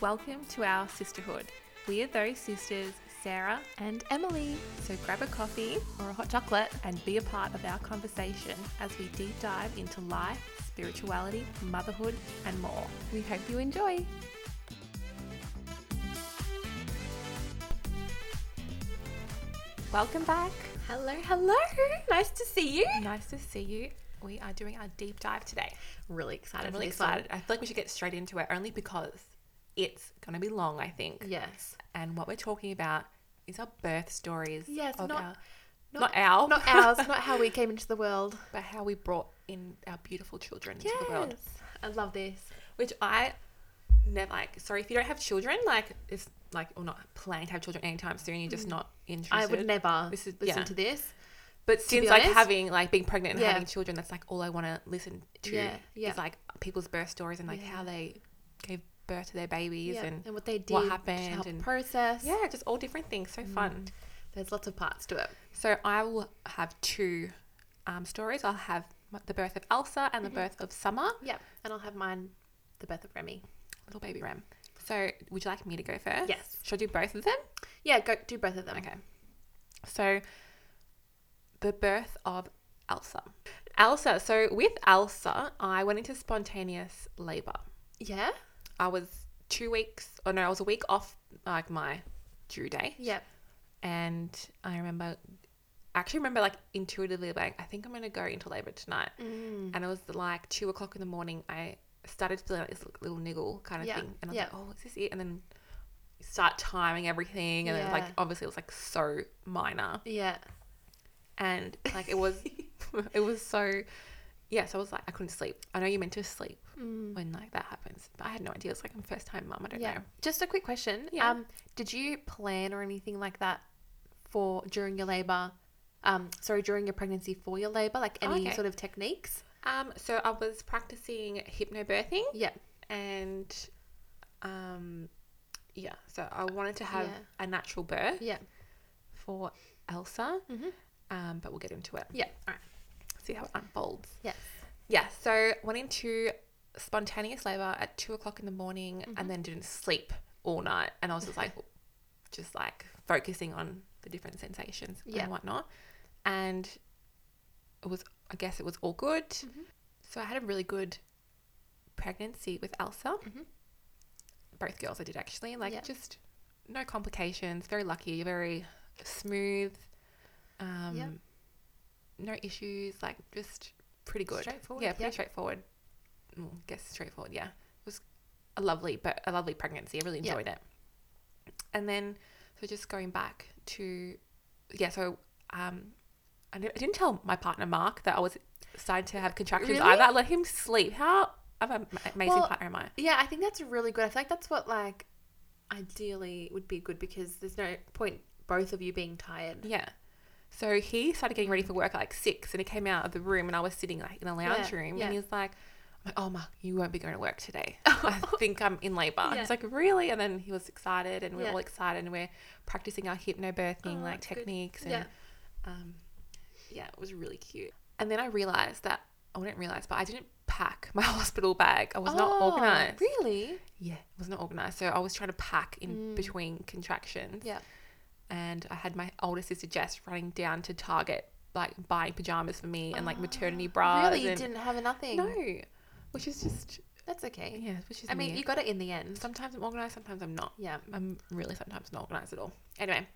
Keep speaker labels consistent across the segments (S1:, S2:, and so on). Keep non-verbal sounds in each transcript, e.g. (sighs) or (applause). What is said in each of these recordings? S1: Welcome to our sisterhood. We are those sisters, Sarah
S2: and Emily.
S1: So grab a coffee
S2: Or a hot chocolate.
S1: and be a part of our conversation as we deep dive into life, spirituality, motherhood, and more.
S2: We hope you enjoy. Welcome back.
S1: Hello.
S2: Hello. Nice to see you.
S1: Nice to see you. We are doing our deep dive today.
S2: Really excited.
S1: I'm
S2: for
S1: really
S2: this one.
S1: excited. I feel like we should get straight into it only because it's going to be long, I think.
S2: Yes.
S1: And what we're talking about is our birth stories.
S2: Yes,
S1: of
S2: not-
S1: our,
S2: not-
S1: not our, (laughs)
S2: Not ours, not how we came into the world.
S1: but how we brought in our beautiful children (laughs) into the world.
S2: I love this.
S1: which I never like. Sorry, if you don't have children, like it's like or not planning to have children anytime soon, you're just not interested.
S2: Mm. I would never
S1: This is-
S2: listen
S1: yeah.
S2: to this.
S1: But
S2: be
S1: since like
S2: honest-
S1: having like being pregnant and
S2: Yeah.
S1: having children, that's like all I want to listen to.
S2: Yeah, yeah.
S1: It's like people's birth stories and like
S2: Yeah.
S1: how they gave birth to their babies
S2: Yeah.
S1: and
S2: what they did,
S1: what
S2: to
S1: happened
S2: help
S1: and-
S2: process.
S1: yeah, just all different things. So
S2: Mm.
S1: fun.
S2: There's lots of parts to it.
S1: So I will have two um, stories. I'll have m- the birth of Elsa and the
S2: Mm-hmm.
S1: birth of Summer,
S2: Yeah. And I'll have mine, the birth of Remy.
S1: little baby Ram. So would you like me to go first?
S2: Yes.
S1: Should I do both of them?
S2: Yeah, go do both of them.
S1: Okay. So, the birth of Elsa. Elsa. So, with Elsa, I went into spontaneous labor.
S2: Yeah.
S1: I was two weeks, or no, I was a week off like my due date.
S2: Yeah.
S1: And I remember, I actually remember like intuitively, like, I think I'm going to go into labor tonight.
S2: Mm.
S1: And it was like two o'clock in the morning. I started feeling like this little niggle kind of
S2: Yeah,
S1: thing. And I was
S2: yeah.
S1: like, oh, is this it? And then start timing everything. And then, like,
S2: Yeah.
S1: obviously, it was like so minor.
S2: Yeah.
S1: and like it
S2: (laughs)
S1: was (laughs) it was so yeah so i was like i couldn't sleep i know you're meant to sleep when like that happens but i had no idea it's like i'm first time mum i don't
S2: Mm. Yeah.
S1: know
S2: Just a quick question.
S1: Yeah.
S2: Um, did you plan or anything like that for during your labor? Um, sorry, during your pregnancy for your labor, like
S1: Oh,
S2: any
S1: okay.
S2: sort of techniques?
S1: um so i was practicing hypnobirthing
S2: Yeah.
S1: and um yeah so i wanted to have
S2: Yeah.
S1: a natural birth
S2: Yeah.
S1: for elsa
S2: Mhm.
S1: um but we'll get into it
S2: Yeah.
S1: all right see how it unfolds
S2: Yes.
S1: yeah so went into spontaneous labor at two o'clock in the morning
S2: Mm-hmm.
S1: and then didn't sleep all night and i was just like just like focusing on the different sensations
S2: Yeah.
S1: and whatnot and it was i guess it was all good
S2: Mm-hmm.
S1: so i had a really good pregnancy with elsa
S2: Mhm.
S1: both girls i did actually like
S2: Yeah.
S1: just no complications very lucky very smooth um
S2: Yeah.
S1: no issues like just pretty good
S2: Straightforward,
S1: yeah pretty
S2: yeah.
S1: straightforward Mm, guess straightforward yeah it was a lovely but a lovely pregnancy i really
S2: Yeah.
S1: enjoyed it and then so just going back to yeah so um I didn't I didn't tell my partner Mark that I was starting to have contractions
S2: Really?
S1: either. I let him sleep. How of an amazing
S2: Well,
S1: partner am I?
S2: Yeah, I think that's really good. I feel like that's what like ideally would be good because there's no point both of you being tired.
S1: Yeah. So he started getting ready for work at like six and he came out of the room and I was sitting like in a lounge
S2: Yeah,
S1: room
S2: yeah.
S1: and he was like, I'm like, oh Mark, you won't be going to work
S2: (laughs)
S1: today. I think I'm in labor.
S2: Yeah.
S1: He's like, really? And then he was excited and we were
S2: Yeah.
S1: all excited and we're practicing our hypnobirthing
S2: Oh,
S1: like
S2: that's good.
S1: techniques and
S2: Yeah.
S1: um, yeah, it was really cute. And then I realized that I wouldn't realize, but I didn't pack my (laughs) hospital bag. I was not
S2: Oh,
S1: organized.
S2: Really?
S1: Yeah, it was not organized. So I was trying to pack in
S2: Mm.
S1: between contractions
S2: Yeah.
S1: and I had my older sister Jess running down to Target, like buying pajamas for me and like maternity bras.
S2: (gasps) Ah, really? You
S1: and-
S2: didn't have nothing?
S1: No, which is just
S2: That's okay.
S1: yeah, which is.
S2: I mean,
S1: me.
S2: you got it in the end.
S1: sometimes I'm organized, sometimes I'm not.
S2: Yeah.
S1: I'm really sometimes not organized at all. Anyway,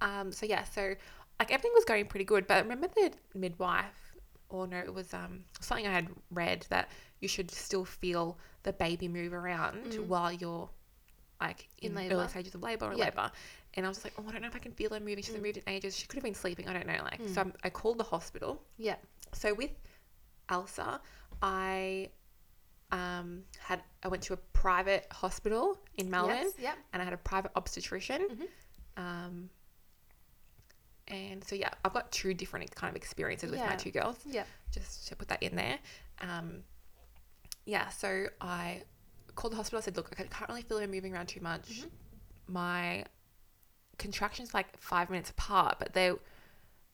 S1: um, so yeah, so like everything was going pretty good, but I remember the midwife, or no, it was um something I had read that you should still feel the baby move around
S2: Mm.
S1: while you're like in,
S2: In
S1: early
S2: labour.
S1: stages of labor or
S2: Yeah. Mm.
S1: labor. And I was just like, oh, I don't know if I can feel her moving. She hasn't moved in ages. She could have been sleeping. I don't know. Like, so I'm, I called the hospital.
S2: Yeah.
S1: So with Elsa, I um had I went to a private hospital in Melbourne
S2: Yes. Yep.
S1: and I had a private obstetrician.
S2: Mm-hmm.
S1: Um, and so yeah, I've got two different kind of experiences with my
S2: Yeah.
S1: two girls.
S2: Yep.
S1: Just to put that in there. Um, yeah, so I called the hospital. I said, look, I can't really feel her moving around too much.
S2: Mm-hmm.
S1: My contractions were, like five minutes apart, but they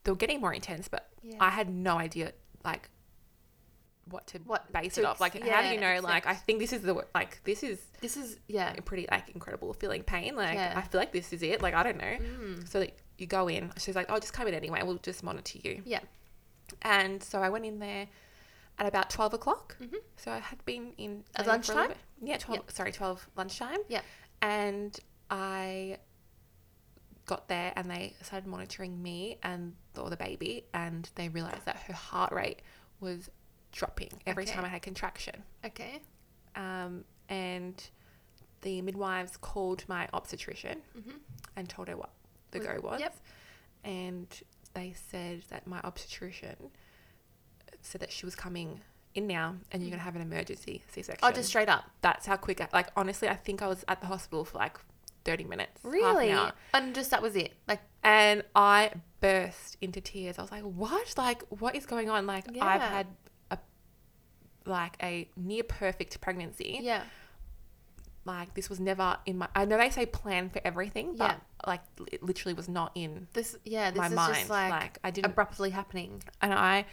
S1: they were getting more intense. But
S2: Yeah.
S1: I had no idea like what to
S2: What
S1: base
S2: to
S1: it off. Like,
S2: ex-
S1: how do
S2: yeah,
S1: you know? Like, I
S2: exact-
S1: think this is the wo- like this is
S2: This is yeah.
S1: a pretty like incredible feeling pain. Like,
S2: Yeah.
S1: I feel like this is it. Like, I don't know.
S2: Mm.
S1: So like, you go in. She's like, "Oh, just come in anyway. We'll just monitor you."
S2: Yeah.
S1: And so I went in there at about twelve o'clock.
S2: Mhm.
S1: So I had been in
S2: At
S1: labor for a little
S2: lunchtime?
S1: bit. Yeah, twelve. Sorry, twelve lunchtime.
S2: Yeah.
S1: And I got there and they started monitoring me and or the baby, and they realized that her heart rate was dropping every
S2: Okay.
S1: time I had contraction.
S2: Okay.
S1: Um, and the midwives called my obstetrician
S2: Mhm.
S1: and told her what the
S2: Was-
S1: go was.
S2: yep.
S1: And they said that my obstetrician said that she was coming in now and you're going to have an emergency C section.
S2: Oh, Mm. just straight up.
S1: That's how quick, I, like, honestly, I think I was at the hospital for like 30 minutes. half an
S2: Really?
S1: hour.
S2: And just that was it. Like
S1: And I burst into tears. I was like, what? Like, what is going on? Like,
S2: Yeah.
S1: I've had a, like, a near perfect pregnancy
S2: yeah.
S1: like this was never in my i know they say plan for everything but
S2: Yeah.
S1: like it literally was not in
S2: This yeah. This
S1: my
S2: is
S1: mind
S2: just like,
S1: i didn't
S2: abruptly happening.
S1: and i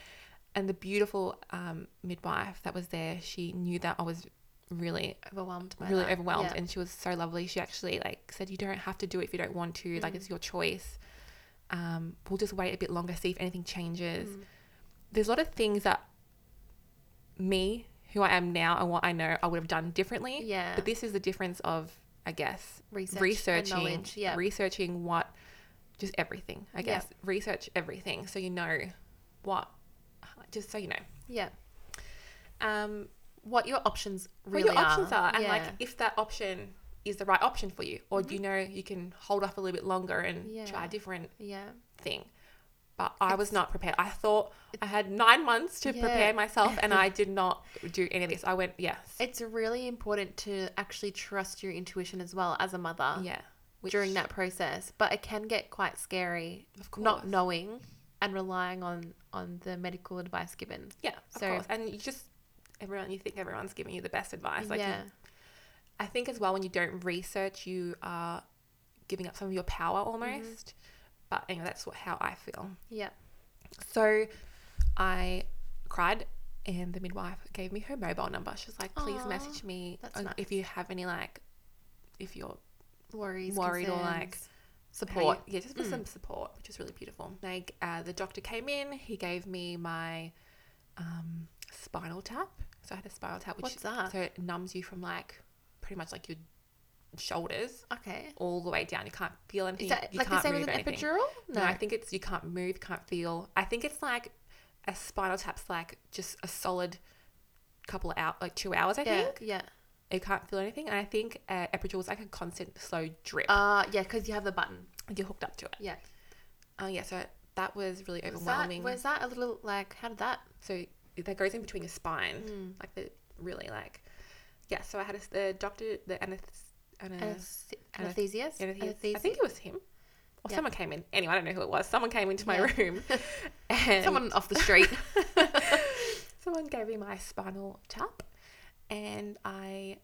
S1: and the beautiful um, midwife that was there she knew that i was really
S2: Overwhelmed. By
S1: really
S2: that.
S1: overwhelmed
S2: Yeah.
S1: and she was so lovely she actually like said you don't have to do it if you don't want to
S2: Mm-hmm.
S1: like it's your choice um, we'll just wait a bit longer see if anything changes
S2: Mm-hmm.
S1: there's a lot of things that me who i am now and what i know i would have done differently
S2: Yeah.
S1: but this is the difference of i guess
S2: Research and
S1: researching
S2: knowledge, yeah.
S1: researching what just everything i
S2: Yeah.
S1: guess research everything so you know what just so you know
S2: yeah.
S1: um
S2: What your options
S1: what
S2: really
S1: your options are and like
S2: Yeah. Mm-hmm.
S1: if that option is the right option for you or do you know you can hold off a little bit longer and
S2: Yeah.
S1: try a different
S2: yeah.
S1: thing but i was not prepared i thought i had nine months to
S2: Yeah.
S1: prepare myself and
S2: (laughs)
S1: i did not do any of this i went yes
S2: It's really important to actually trust your intuition as well as a mother
S1: yeah
S2: during that process. But it can get quite scary
S1: of
S2: not knowing and relying on on the medical advice given.
S1: yeah of
S2: So-
S1: course and you just everyone you think everyone's giving you the best advice like you-
S2: yeah.
S1: I think as well when you don't research, you are giving up some of your power
S2: Mm-hmm.
S1: almost. But anyway, that's what how I feel.
S2: Yeah.
S1: So I cried, and the midwife gave me her mobile number. She was like, "Please
S2: Aw,
S1: message me
S2: that's
S1: on-
S2: nice.
S1: if you have any like, if you're
S2: Worries.
S1: Worried or, like,
S2: concerns.
S1: how you-
S2: support.
S1: yeah, just for some support, which is really beautiful. Like uh, the doctor came in, he gave me my um, spinal tap. So I had a spinal tap, which
S2: What's that?
S1: so it numbs you from like pretty much like your shoulders
S2: okay.
S1: all the way down. You can't feel anything.
S2: Is that
S1: you
S2: like the
S1: can't
S2: same as
S1: move
S2: an
S1: anything.
S2: epidural?
S1: No, I think it's you can't move, can't feel. I think it's like a spinal tap's like just a solid couple of hours, like two hours. I
S2: yeah,
S1: think
S2: yeah.
S1: you can't feel anything, and I think uh, epidural is like a constant slow drip.
S2: Uh yeah, because you have the button.
S1: and you're hooked up to it.
S2: Yeah.
S1: Oh yeah, so that was really
S2: Was that,
S1: overwhelming.
S2: was that a little like how did that?
S1: so that goes in between your spine,
S2: Mm.
S1: like the really like yeah. So I had a, the doctor, the anesthes- anesthes-
S2: Anesth- anesthesiast.
S1: Anything- I think it was him. Or
S2: Yeah.
S1: someone came in. Anyway, I don't know who it was. Someone came into my
S2: Yeah. (laughs)
S1: room and
S2: someone off the street.
S1: someone gave me my spinal tap. And I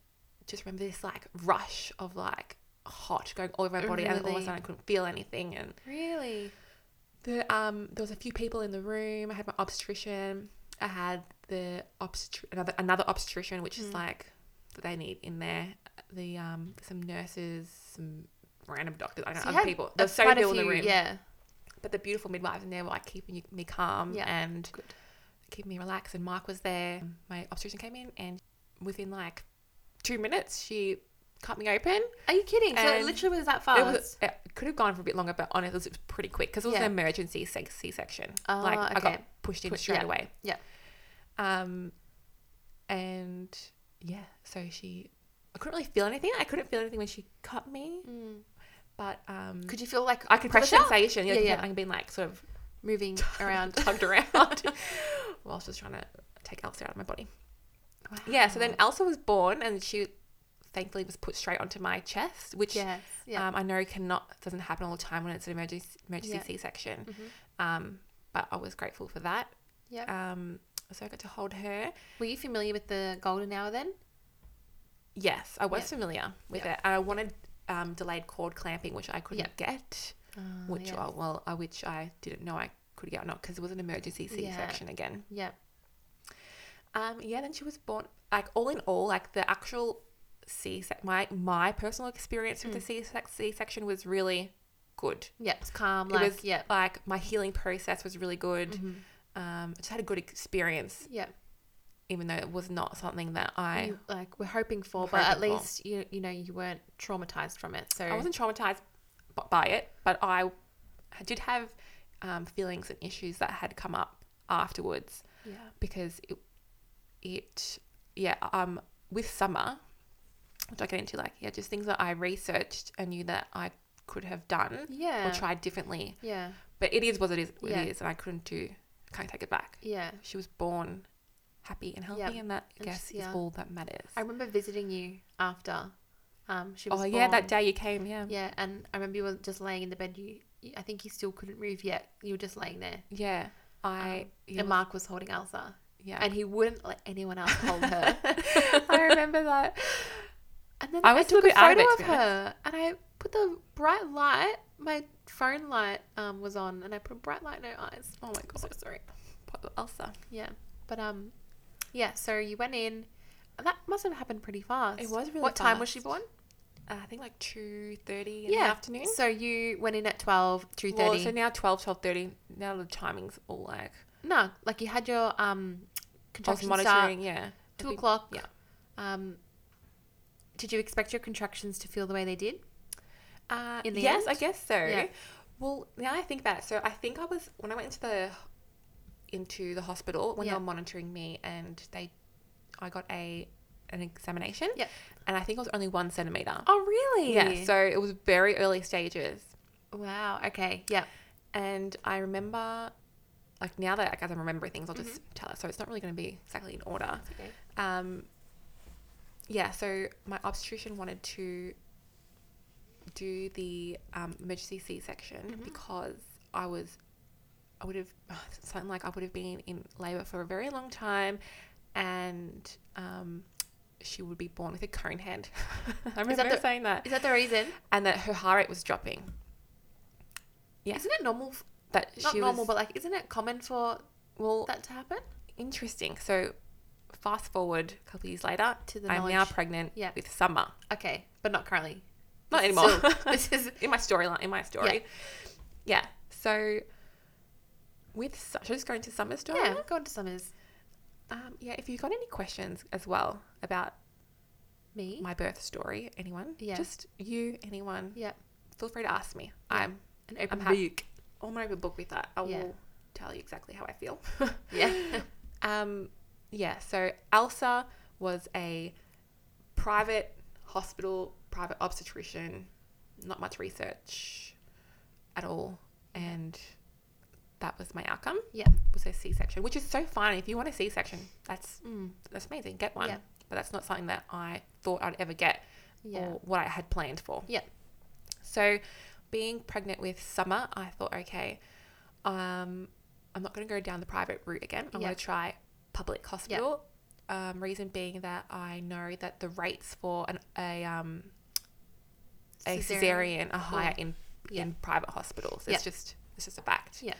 S1: just remember this like rush of like hot going all over my body and all of a
S2: Really?
S1: sudden I couldn't feel anything and
S2: (laughs) really?
S1: the um there was a few people in the room. I had my obstetrician. I had the obstetri- another another obstetrician, which is
S2: Mm.
S1: like that they need in there. The um some nurses, some random doctors. I don't
S2: So you
S1: know other
S2: had
S1: people.
S2: a-
S1: There's so many
S2: quite a
S1: people in the
S2: few-
S1: room.
S2: Yeah.
S1: But the beautiful midwives in there were like keeping you, me calm
S2: Yeah.
S1: and
S2: Good.
S1: keeping me relaxed. And Mark was there. My obstetrician came in, and within like two minutes, she cut me open.
S2: Are you kidding? So it
S1: And
S2: literally was that fast.
S1: It, was, it could have gone for a bit longer, but honestly, it was pretty quick because it was
S2: Yeah.
S1: an emergency C section.
S2: Oh,
S1: like I got
S2: okay.
S1: pushed in
S2: Push-
S1: straight
S2: yeah.
S1: away.
S2: Yeah.
S1: Um, and yeah, so she, I couldn't really feel anything. I couldn't feel anything when she cut me,
S2: Mm.
S1: but um,
S2: Could you feel like
S1: I could
S2: pressure
S1: feel the sensation. Yeah,
S2: Yeah,
S1: yeah,
S2: yeah.
S1: I'm being like sort of
S2: moving (laughs) around?
S1: tugged around (laughs) while she was trying to take Elsa out of my body. Yeah, so
S2: Oh.
S1: then Elsa was born, and she thankfully was put straight onto my chest, which
S2: Yes. Yeah.
S1: um, I know cannot doesn't happen all the time when it's an emergency emergency
S2: Yeah.
S1: C-section.
S2: Mhm.
S1: Um, but I was grateful for that.
S2: yeah.
S1: Um, so I got to hold her.
S2: Were you familiar with the golden hour then?
S1: Yes, I was
S2: Yeah.
S1: familiar with
S2: Yeah.
S1: it, and I wanted um, delayed cord clamping, which I couldn't get,
S2: Uh,
S1: which
S2: yeah.
S1: I, well, I which I didn't know I could get or not because it was an emergency
S2: Yeah.
S1: C-section again.
S2: yeah.
S1: Um, yeah, then she was born. Like all in all, like the actual C sec. My my personal experience with the C sec C section was really good.
S2: Yeah, it's calm.
S1: it
S2: Like,
S1: was
S2: yeah,
S1: like my healing process was really good.
S2: Mm-hmm.
S1: Um, I just had a good experience,
S2: yeah.
S1: even though it was not something that I
S2: You, like we're hoping for,
S1: We're
S2: but at
S1: hoping for.
S2: least you you know you weren't traumatized from it. So
S1: I wasn't traumatized b- by it, but I did have um, feelings and issues that had come up afterwards
S2: yeah,
S1: because it, it yeah, um, with summer, which I get into, like, yeah, just things that I researched and knew that I could have done
S2: yeah,
S1: or tried differently.
S2: yeah,
S1: But it is what it is, what
S2: Yeah.
S1: it is, and I couldn't do, can't take it back.
S2: yeah.
S1: She was born happy and healthy,
S2: Yep.
S1: and that, I
S2: And
S1: guess,
S2: she's- yeah.
S1: is all that matters.
S2: I remember visiting you after um she
S1: oh,
S2: was
S1: yeah, that
S2: born.
S1: day you came, yeah.
S2: Yeah, and I remember you were just laying in the bed. You, you I think you still couldn't move yet. You were just laying there.
S1: Yeah. I,
S2: Um,
S1: yeah,
S2: and Mark was holding Elsa,
S1: yeah.
S2: and he wouldn't let anyone else
S1: (laughs)
S2: hold her.
S1: I remember
S2: (laughs)
S1: that.
S2: And then
S1: I
S2: I,
S1: was a
S2: took
S1: little
S2: a
S1: bit out of
S2: photo
S1: it,
S2: of
S1: to be
S2: her, and I put the bright light. My phone light um, was on, and I put a bright light in her eyes.
S1: Oh my
S2: I'm so
S1: god,
S2: sorry.
S1: poor Elsa.
S2: Yeah, but um, yeah. So you went in. That must have happened pretty fast.
S1: It was really
S2: What time was she
S1: fast.
S2: born?
S1: Uh, I think like two thirty in the afternoon.
S2: So you went in at twelve, two
S1: Well,
S2: thirty.
S1: so now 12, 12.30, Now the timing's all like
S2: no, like you had your
S1: I
S2: um
S1: was
S2: contractions start
S1: monitoring. Yeah, I
S2: two
S1: think-
S2: o'clock.
S1: yeah.
S2: Um, did you expect your contractions to feel the way they did?
S1: Uh,
S2: in the
S1: yes,
S2: end?
S1: I guess so.
S2: Yeah.
S1: Well, now I think about it. So I think I was when I went into the into the hospital when
S2: Yeah.
S1: they were monitoring me, and they I got a an examination.
S2: Yeah.
S1: And I think I was only one centimeter.
S2: Oh, really?
S1: Yeah. So it was very early stages.
S2: wow. Okay. Yeah.
S1: And I remember, like now that like, as I'm remembering things, I'll just
S2: Mm-hmm.
S1: tell it. So it's not really going to be exactly in order.
S2: Okay.
S1: Um, yeah. So my obstetrician wanted to do the um, emergency C-section
S2: Mm-hmm.
S1: because I was, I would have (sighs) something like I would have been in labor for a very long time, and um, she would be born with a cone (laughs) head. I remember
S2: the-
S1: saying that,
S2: Is that the reason?
S1: and that her heart rate was dropping. Yeah.
S2: Isn't it normal? f-
S1: That
S2: Not
S1: she
S2: normal,
S1: was,
S2: but like, isn't it common for
S1: well,
S2: that to happen?
S1: interesting. So, fast forward a couple of years later,
S2: To the
S1: I'm
S2: knowledge.
S1: now pregnant
S2: Yeah.
S1: with Summer.
S2: Okay, but not currently.
S1: Not
S2: This is
S1: anymore. (laughs)
S2: still- this is
S1: in my storyline. In my story, yeah. So, with Su- should I just go into Summer's story?
S2: yeah.
S1: now?
S2: Go on to summers.
S1: Um, yeah. If you've got any questions as well about
S2: Me.
S1: my birth story, anyone,
S2: Yeah.
S1: just you, anyone,
S2: yeah.
S1: feel free to ask me.
S2: Yeah.
S1: I'm
S2: An open
S1: I'm happy. I'm an open book with that. I
S2: Yeah.
S1: will tell you exactly how I feel.
S2: (laughs)
S1: (laughs)
S2: Yeah.
S1: Um, yeah, so Elsa was a private hospital, private obstetrician, not much research at all. And that was my outcome,
S2: yeah.
S1: was a C section, which is so fine. If you want a C section, that's
S2: Mm.
S1: that's amazing. Get one.
S2: Yeah.
S1: But that's not something that I thought I'd ever get
S2: Yeah.
S1: or what I had planned for.
S2: Yeah.
S1: So, being pregnant with Summer, I thought, okay, um, I'm not going to go down the private route again. I'm
S2: Yeah.
S1: going to try public hospital. Um, reason being that I know that the rates for an, a um, a cesarean, are higher in
S2: Yeah.
S1: in private hospitals. It's
S2: Yeah.
S1: just it's just a fact.
S2: Yeah.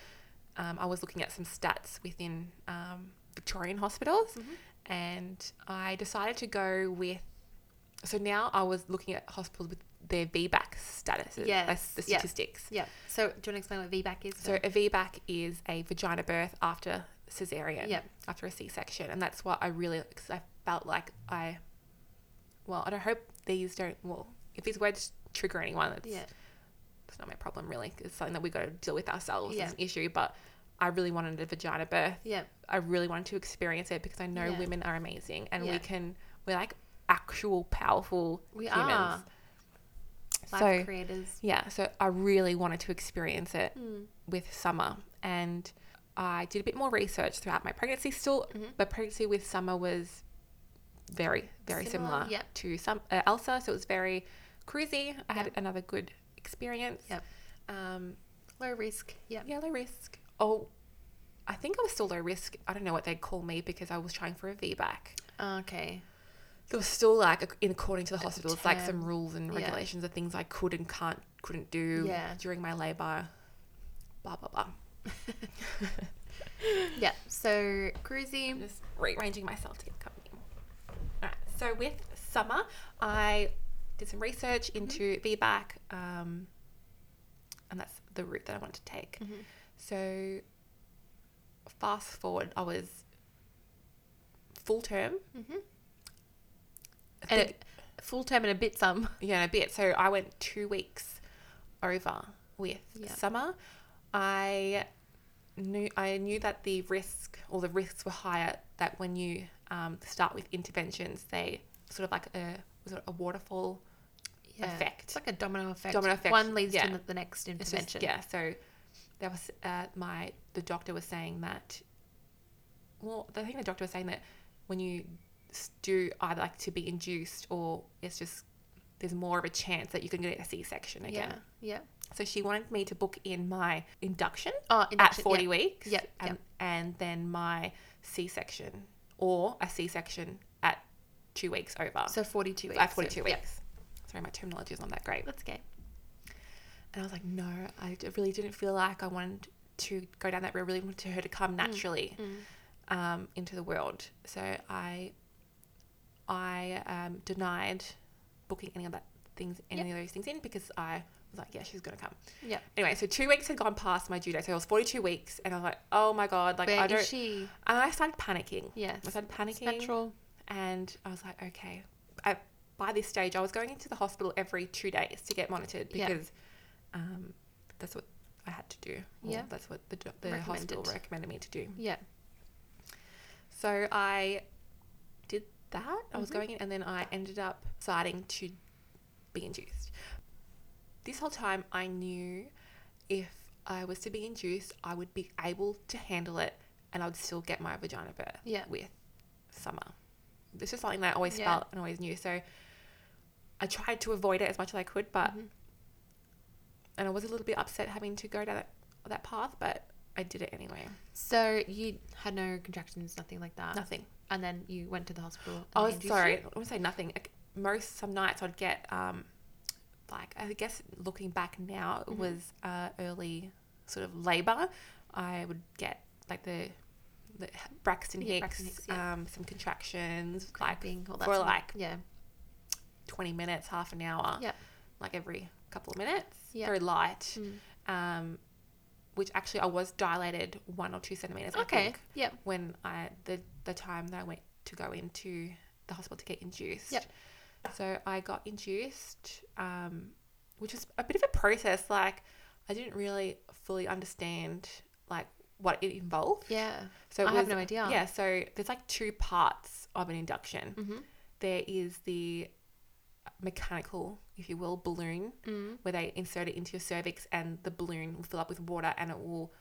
S1: Um, I was looking at some stats within um, Victorian hospitals,
S2: Mhm.
S1: and I decided to go with. So now I was looking at hospitals with their VBAC statuses. that's
S2: Yes,
S1: the
S2: yeah.
S1: statistics.
S2: Yeah. So, do you want to explain what VBAC is?
S1: So a VBAC is a vagina birth after cesarean,
S2: Yeah.
S1: after a C-section, and that's what I really because I felt like I. Well, and I hope these don't. Well, if these words trigger anyone, it's
S2: yeah.
S1: it's not my problem really. It's something that we got to deal with ourselves.
S2: Yeah.
S1: It's an issue, but I really wanted a vagina birth.
S2: Yeah.
S1: I really wanted to experience it because I know
S2: Yeah.
S1: women are amazing and
S2: Yeah.
S1: we can. We're like actual powerful
S2: We
S1: humans.
S2: are life
S1: So-
S2: creators.
S1: Yeah, so I really wanted to experience it
S2: Mm.
S1: with summer and I did a bit more research throughout my pregnancy still,
S2: Mhm.
S1: but pregnancy with summer was very, very
S2: Similar,
S1: similar,
S2: yep.
S1: to some uh, Elsa. So it was very cruisy. I had
S2: Yep.
S1: another good experience.
S2: Yep.
S1: Um,
S2: Low risk. Yeah.
S1: yeah, low risk. Oh, I think I was still low risk. I don't know what they'd call me because I was trying for a VBAC.
S2: Okay. (laughs)
S1: There was still like, ac- in according to the hospital, it's like some
S2: term.
S1: rules and
S2: Yeah.
S1: regulations of things I could and can't, couldn't do
S2: Yeah.
S1: (laughs) during my labor. Blah blah blah.
S2: Yeah. So cruisy.
S1: just rearranging myself to get company. All right. So with summer, I did some research
S2: Mm-hmm.
S1: into VBAC, um, and that's the route that I want to take.
S2: Mm. Mm-hmm.
S1: So fast forward, I was full term.
S2: Mhm.
S1: I
S2: And
S1: think-
S2: it, full term and a bit some.
S1: yeah, a bit. So I went two weeks over with
S2: Yeah.
S1: summer. I knew I knew that the risk or the risks were higher that when you um, start with interventions, they sort of like a was it a waterfall effect.
S2: It's like a domino effect.
S1: Domino effect,
S2: One leads
S1: yeah.
S2: to the- the next
S1: It's
S2: intervention.
S1: just- yeah. So that was uh, my the doctor was saying that. Well, I think the doctor was saying that when you s- do either like to be induced or it's just there's more of a chance that you can get a C-section again.
S2: Yeah. Yeah.
S1: So she wanted me to book in my induction,
S2: Oh,
S1: at
S2: induction,
S1: 40
S2: yeah.
S1: weeks
S2: Yep,
S1: and,
S2: yep.
S1: and then my C-section or a C-section at two weeks over.
S2: So 42 weeks.
S1: at 42
S2: so, yeah.
S1: weeks. Sorry, my terminology is not that great.
S2: That's okay.
S1: And I was like, no, I d- really didn't feel like I wanted to go down that road. I really wanted her to
S2: Mm.
S1: come naturally Um, into the world. So I, I um, denied booking any of that things, any of those things in because I was like, yeah, she's gonna come.
S2: Yeah.
S1: Anyway, so two weeks had gone past my due date, so it was forty-two weeks, and I was like, oh my god, like
S2: Where
S1: I
S2: is
S1: don't.
S2: she?
S1: And I started panicking.
S2: Yes.
S1: I started panicking,
S2: Spectral.
S1: and I was like, okay. I, by this stage, I was going into the hospital every two days to get monitored
S2: Yeah.
S1: because um, that's what I had to do. Well,
S2: Yeah.
S1: that's what the, do- the
S2: Recommended.
S1: hospital recommended me to do.
S2: Yeah.
S1: So I did that. I was
S2: Mhm.
S1: going in, and then I ended up deciding to be induced. This whole time, I knew if I was to be induced, I would be able to handle it, and I would still get my vagina birth
S2: Yeah.
S1: with summer. It's just something that I always
S2: Yeah.
S1: felt and always knew. So I tried to avoid it as much as I could, but
S2: Mhm.
S1: and I was a little bit upset having to go down that, that path, but I did it anyway. Um,
S2: So you had no contractions, nothing like that.
S1: Nothing.
S2: And then you went to the hospital. and
S1: Oh,
S2: they induced
S1: sorry.
S2: you?
S1: I wouldn't say nothing. Like, most some nights I'd get um, like I guess looking back now it
S2: Mhm.
S1: was uh, early sort of labor. I would get like the the Braxton
S2: Yeah,
S1: Hicks,
S2: Braxton Hicks, yeah.
S1: um, some contractions like
S2: Cramping, all that
S1: for,
S2: sort of-
S1: like,
S2: yeah,
S1: twenty minutes, half an hour,
S2: Yeah.
S1: like every couple of minutes,
S2: Yeah.
S1: very light.
S2: Mm.
S1: Um, which actually I was dilated one or two centimeters. I
S2: okay,
S1: think
S2: yep,
S1: when I the the time that I went to go into the hospital to get induced.
S2: Yep.
S1: So I got induced, um, which was a bit of a process. Like I didn't really fully understand like what it involved.
S2: yeah.
S1: So it
S2: I
S1: was,
S2: have no idea.
S1: Yeah. So there's like two parts of an induction.
S2: Mhm.
S1: There is the mechanical, if you will, balloon
S2: Mm.
S1: where they insert it into your cervix and the balloon will fill up with water and it will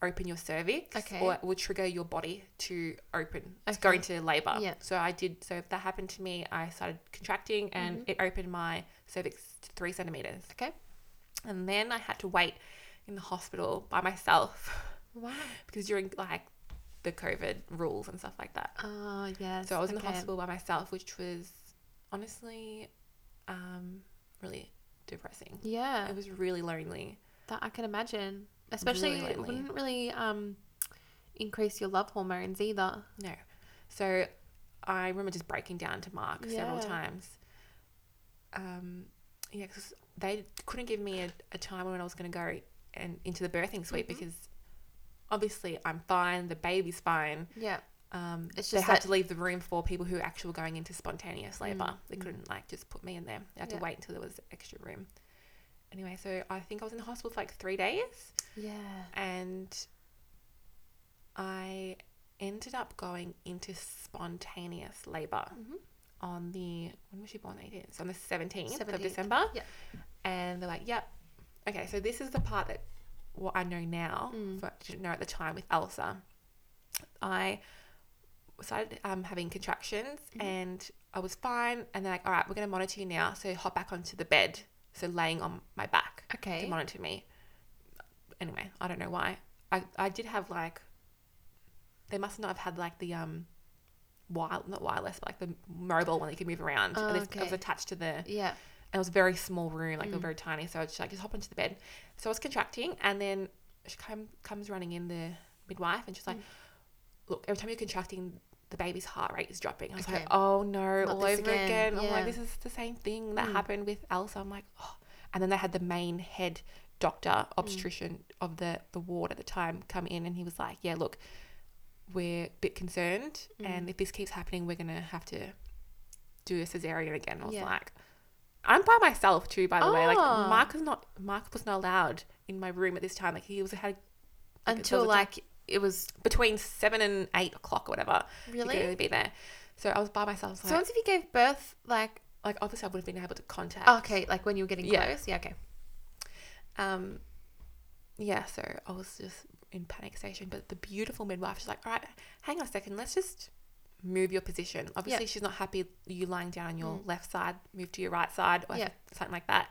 S1: open your cervix
S2: Okay.
S1: or it will trigger your body to open to go
S2: Okay.
S1: into labor
S2: Yeah.
S1: so i did so if that happened to me i started contracting and
S2: Mm-hmm.
S1: it opened my cervix to three centimeters
S2: Okay.
S1: and then i had to wait in the hospital by myself (laughs)
S2: Wow.
S1: because during like the covid rules and stuff like that
S2: Oh, yes.
S1: so I was in the
S2: okay.
S1: hospital by myself, which was honestly um, really depressing.
S2: Yeah,
S1: It was really lonely.
S2: that I can imagine. Especially,
S1: lonely.
S2: it wouldn't really um increase your love hormones either.
S1: No. So I remember just breaking down to Mark several
S2: Yeah.
S1: times. Um, yeah, 'cause they couldn't give me a, a time when I was going to go and into the birthing suite
S2: Mhm.
S1: because obviously I'm fine, the baby's fine.
S2: Yeah,
S1: Um,
S2: It's
S1: they
S2: just
S1: had
S2: that-
S1: to leave the room for people who actually were going into spontaneous labor.
S2: Mm,
S1: They
S2: mm.
S1: couldn't like just put me in there. They had
S2: Yeah.
S1: to wait until there was extra room. Anyway, so I think I was in the hospital for like three days,
S2: yeah.
S1: and I ended up going into spontaneous labor
S2: Mm-hmm.
S1: on the when was she born? Eighteenth. So on the seventeenth of
S2: 17th,
S1: December.
S2: yeah.
S1: And they're like, "Yep, okay." So this is the part that what I know now,
S2: Mm.
S1: but didn't know at the time with Elsa. I started um, having contractions,
S2: Mhm.
S1: and I was fine. And they're like, "All right, we're gonna monitor you now." So hop back onto the bed, so laying on my back
S2: Okay.
S1: to monitor me. Anyway, I don't know why. I, I did have like they must not have had like the um wild not wireless but like the mobile one that you can move around.
S2: Oh,
S1: and it, it was
S2: okay.
S1: attached to the and
S2: Yeah.
S1: it was a very small room, like they were
S2: Mm.
S1: very tiny. So I was just like just hop onto the bed. So I was contracting and then she come, comes running in the midwife, and she's like, "Look, every time you're contracting, the baby's heart rate is dropping." I was
S2: Mm. Okay.
S1: like, "Oh no,
S2: Not
S1: all
S2: this
S1: over again!"
S2: again.
S1: I'm
S2: Yeah.
S1: like, "This is the same thing that
S2: Mm.
S1: happened with Elsa." I'm like, "Oh," and then they had the main head doctor
S2: Mm.
S1: obstetrician of the the ward at the time come in, and he was like, "Yeah, look." We're a bit concerned,
S2: Mm.
S1: and if this keeps happening, we're gonna have to do a cesarean again. I was
S2: Yeah.
S1: like, I'm by myself too, by the way. Like
S2: Oh.
S1: Mark was not Mark was not allowed in my room at this time. Like he was had like, there
S2: until
S1: was a
S2: like it was
S1: time between seven and eight o'clock or whatever. He could
S2: really.
S1: only be there. So I was by myself. So
S2: So
S1: like,
S2: once if you gave birth, like oh,
S1: like obviously I would have been able to contact.
S2: okay, like when you were getting
S1: Yeah.
S2: close, yeah, okay,
S1: Um, yeah. So I was just in panic station, but the beautiful midwife she's like, all right, hang on a second, let's just move your position. Obviously, she's not happy you lying down on your left side. Move to your right side or
S2: Mm. Yeah.
S1: something like that.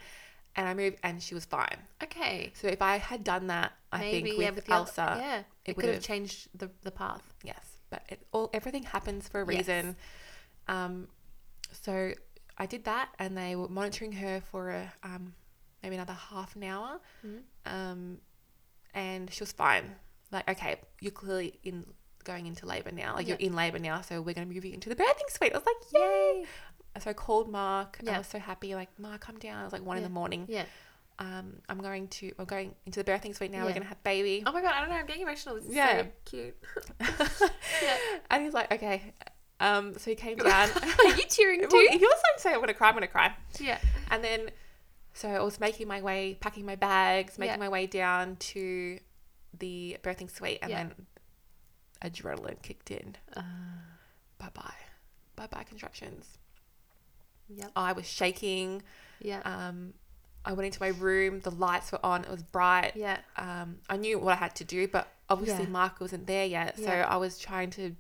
S1: And I moved, and she was fine.
S2: okay.
S1: So if I had done that, I think with,
S2: the other-
S1: Elsa,
S2: yeah, it, could have
S1: would've-
S2: changed the the path.
S1: yes. But it all everything happens for a
S2: Yes.
S1: reason. Um, so I did that, and they were monitoring her for a um, maybe another half an hour,
S2: Mhm.
S1: um, and she was fine. Like, okay, you're clearly in going into labor now. Like
S2: Yeah.
S1: you're in labor now, so we're gonna move you into the birthing suite. I was like, yay! So I called Mark.
S2: Yeah.
S1: I was so happy. Like, Mark, come down. It was like one in
S2: Yeah.
S1: the morning.
S2: Yeah.
S1: Um, I'm going to. I'm going into the birthing suite now.
S2: Yeah.
S1: We're gonna have baby.
S2: Oh my god, I don't know. I'm getting emotional. This is
S1: Yeah.
S2: so cute.
S1: (laughs)
S2: Oh.
S1: And he's like, okay. Um, so he
S2: (laughs)
S1: came down.
S2: Are you cheering
S1: he
S2: too?
S1: he was like, say, I'm going to cry, I'm going to cry.
S2: yeah.
S1: And then, so I was making my way, packing my bags, making
S2: Yeah.
S1: my way down to the birthing suite. And
S2: Yeah.
S1: then adrenaline kicked in.
S2: Uh,
S1: Bye bye. Bye bye contractions.
S2: yep.
S1: I was shaking.
S2: Yeah.
S1: Um, I went into my room. The lights were on. It was bright.
S2: yeah.
S1: um, I knew what I had to do, but obviously
S2: Yeah.
S1: Mark wasn't there yet. So
S2: Yeah.
S1: I was trying to,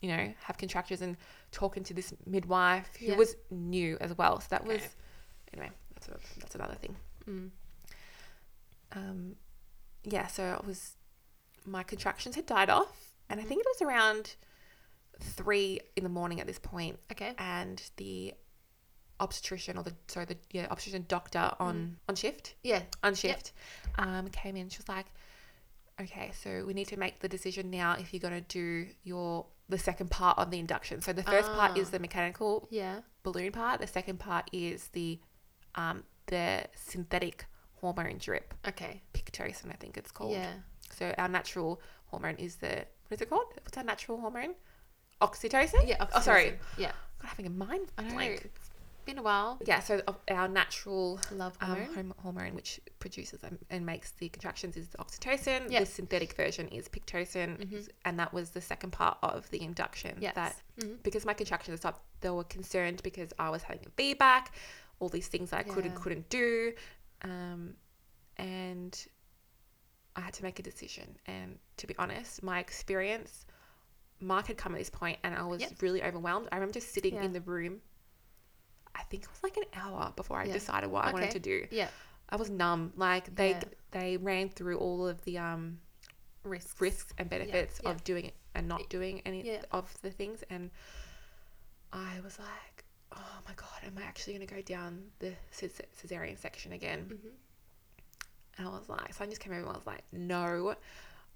S1: you know, have contractions and talking to this midwife who
S2: Yeah.
S1: was new as well. So that
S2: Okay.
S1: was, anyway, that's, a, that's another thing.
S2: Mm.
S1: Um, yeah, so I was, my contractions had died off, and
S2: Mm-hmm.
S1: I think it was around three in the morning at this point,
S2: Okay.
S1: and the obstetrician or the sorry the yeah obstetrician doctor on
S2: Mm-hmm.
S1: on shift
S2: Yeah.
S1: on shift um, came in. She was like, "Okay, so we need to make the decision now if you're gonna do your the second part of the induction. So the first part is
S2: Ah.
S1: the mechanical
S2: Yeah.
S1: balloon part. The second part is the um, the synthetic hormone drip,
S2: Okay.
S1: pictocin, I think it's called.
S2: Yeah.
S1: So our natural hormone is the what is it called? What's our natural hormone? Oxytocin.
S2: Yeah.
S1: Oh, sorry.
S2: oxytocin. Yeah.
S1: God, having a mind
S2: I don't know.
S1: blank.
S2: It's been a while.
S1: Yeah. So of our natural
S2: Love
S1: um,
S2: hormone.
S1: horm- hormone which produces and, and makes the contractions is the oxytocin.
S2: Yeah.
S1: The synthetic version is pictocin, and that was the second part of the induction.
S2: Mm-hmm. yes.
S1: That
S2: Mhm.
S1: because my contractions stopped, they were concerned because I was having a feedback, all these things that I could and
S2: Yeah.
S1: couldn't do, um, and I had to make a decision. And to be honest, my experience, Mark had come at this point, and I was
S2: Yep.
S1: really overwhelmed. I remember just sitting
S2: Yeah.
S1: in the room. I think it was like an hour before I
S2: Yeah.
S1: decided what I wanted
S2: Okay.
S1: to do.
S2: Yeah.
S1: I was numb. Like they
S2: Yeah.
S1: they ran through all of the um
S2: Risk.
S1: risks and benefits
S2: yeah.
S1: of doing it and not doing any
S2: Yeah.
S1: of the things, and I was like, oh my god, am I actually gonna go down the ces- cesarean section again?
S2: Mhm.
S1: And I was like, something just came over. and I was like, no.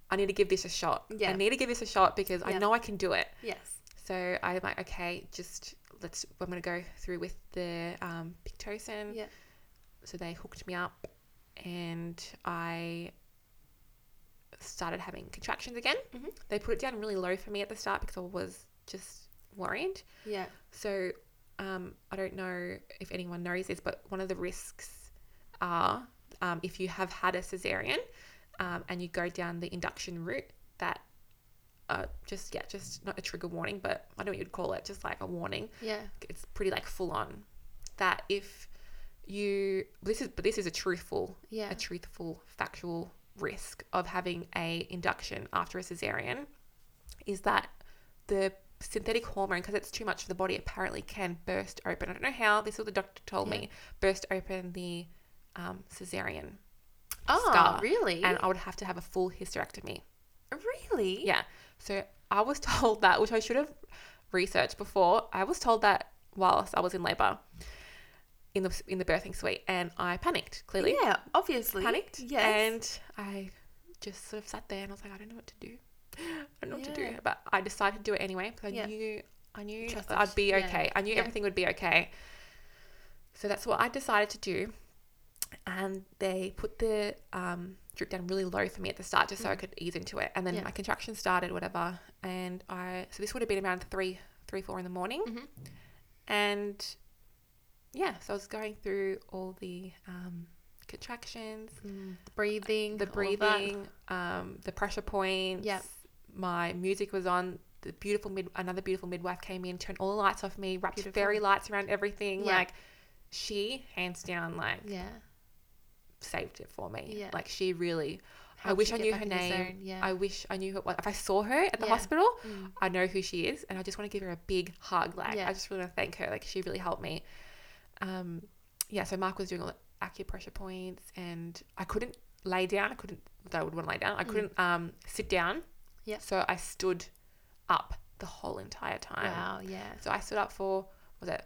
S1: I need to give this a shot.
S2: Yeah.
S1: I need to give this a shot because I
S2: Yeah.
S1: know I can do it.
S2: Yes.
S1: So I'm like, okay, just let's. I'm gonna go through with the um, pictocin
S2: Yeah.
S1: so they hooked me up and I started having contractions again.
S2: Mhm.
S1: They put it down really low for me at the start because I was just worried.
S2: Yeah.
S1: So um, I don't know if anyone knows this, but one of the risks are um, if you have had a cesarean um, and you go down the induction route, that uh, just, yeah, just not a trigger warning, but I don't know what you'd call it, just like a warning
S2: Yeah.
S1: it's pretty like full on that if you this is but this is a truthful
S2: Yeah.
S1: a truthful factual risk of having a induction after a cesarean is that the synthetic hormone because it's too much for the body apparently can burst open i don't know how this is what the doctor told
S2: Yeah.
S1: me burst open the um, cesarean
S2: Oh,
S1: scar,
S2: really?
S1: and i would have to have a full hysterectomy
S2: really?
S1: yeah. So I was (laughs) told that, which I should have researched before. I was told that whilst I was in labour, in the in the birthing suite, and I panicked. Clearly,
S2: Yeah, obviously.
S1: panicked.
S2: Yes.
S1: And I just sort of sat there and I was like, I don't know what to do. I don't know what to do. But I decided to do it anyway. 'cause I
S2: Yeah.
S1: knew I knew
S2: Trust
S1: I'd
S2: us.
S1: be
S2: Yeah.
S1: okay. I knew
S2: Yeah.
S1: everything would be okay. So that's what I decided to do. And they put the um, drip down really low for me at the start just so I could ease into it. And then
S2: Mm. Yeah.
S1: my contraction started, whatever. And I so this would have been around three, three, four in the morning.
S2: Mhm.
S1: And yeah, so I was going through all the um, contractions
S2: Mm, the breathing,
S1: the
S2: all of that.
S1: breathing, um, the pressure points.
S2: Yep.
S1: My music was on. The beautiful mid, another beautiful midwife came in, turned all the lights off me, wrapped
S2: Beautiful.
S1: fairy lights around everything.
S2: Yeah.
S1: Like, she hands down like
S2: Yeah.
S1: saved it for me.
S2: Yeah.
S1: Like she really. I
S2: Helps
S1: wish
S2: you
S1: I
S2: get
S1: knew
S2: back
S1: her
S2: in the
S1: name.
S2: zone, yeah.
S1: I wish I knew who it was. If I saw her at the
S2: Yeah.
S1: hospital,
S2: Mm.
S1: I know who she is, and I just want to give her a big hug. Like,
S2: Yeah.
S1: I just really want to thank her. Like, she really helped me. Um, yeah. So Mark was doing all the acupressure points, and I couldn't lay down. I couldn't. I would want to lay down. I
S2: Mm.
S1: couldn't um sit down.
S2: Yeah.
S1: So I stood up the whole entire time.
S2: Wow. Yeah.
S1: So I stood up for was it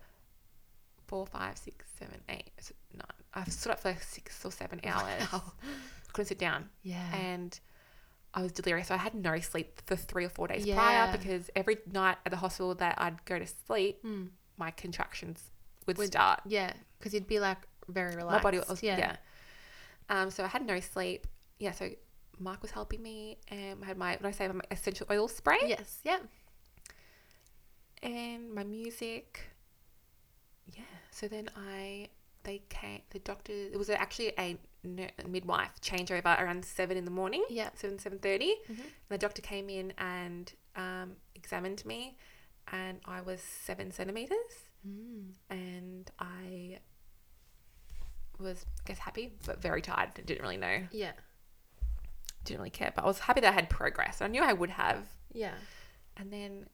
S1: four, five, six, seven, eight, s- nine. I stood up for like six or seven hours.
S2: (laughs) Wow.
S1: Couldn't sit down
S2: Yeah.
S1: and I was delirious. So I had no sleep for three or four days
S2: Yeah.
S1: prior because every night at the hospital that I'd go to sleep,
S2: Mm.
S1: my contractions would,
S2: Would
S1: start.
S2: Yeah. Because you'd be like very
S1: My
S2: relaxed.
S1: body was
S2: Yeah.
S1: yeah. Um, so I had no sleep. Yeah. So Mark was helping me, and I had my what did I say my essential oil spray
S2: Yes. Yeah.
S1: and my music. Yeah. So then I they came. The doctor. It was actually a nur- midwife changeover around seven in the morning.
S2: Yeah.
S1: seven seven thirty.
S2: Mhm.
S1: The doctor came in and um, examined me, and I was seven centimeters,
S2: Mm.
S1: and I was I guess happy but very tired. I didn't really know,
S2: Yeah.
S1: didn't really care, but I was happy that I had progress. I knew I would have,
S2: Yeah.
S1: and then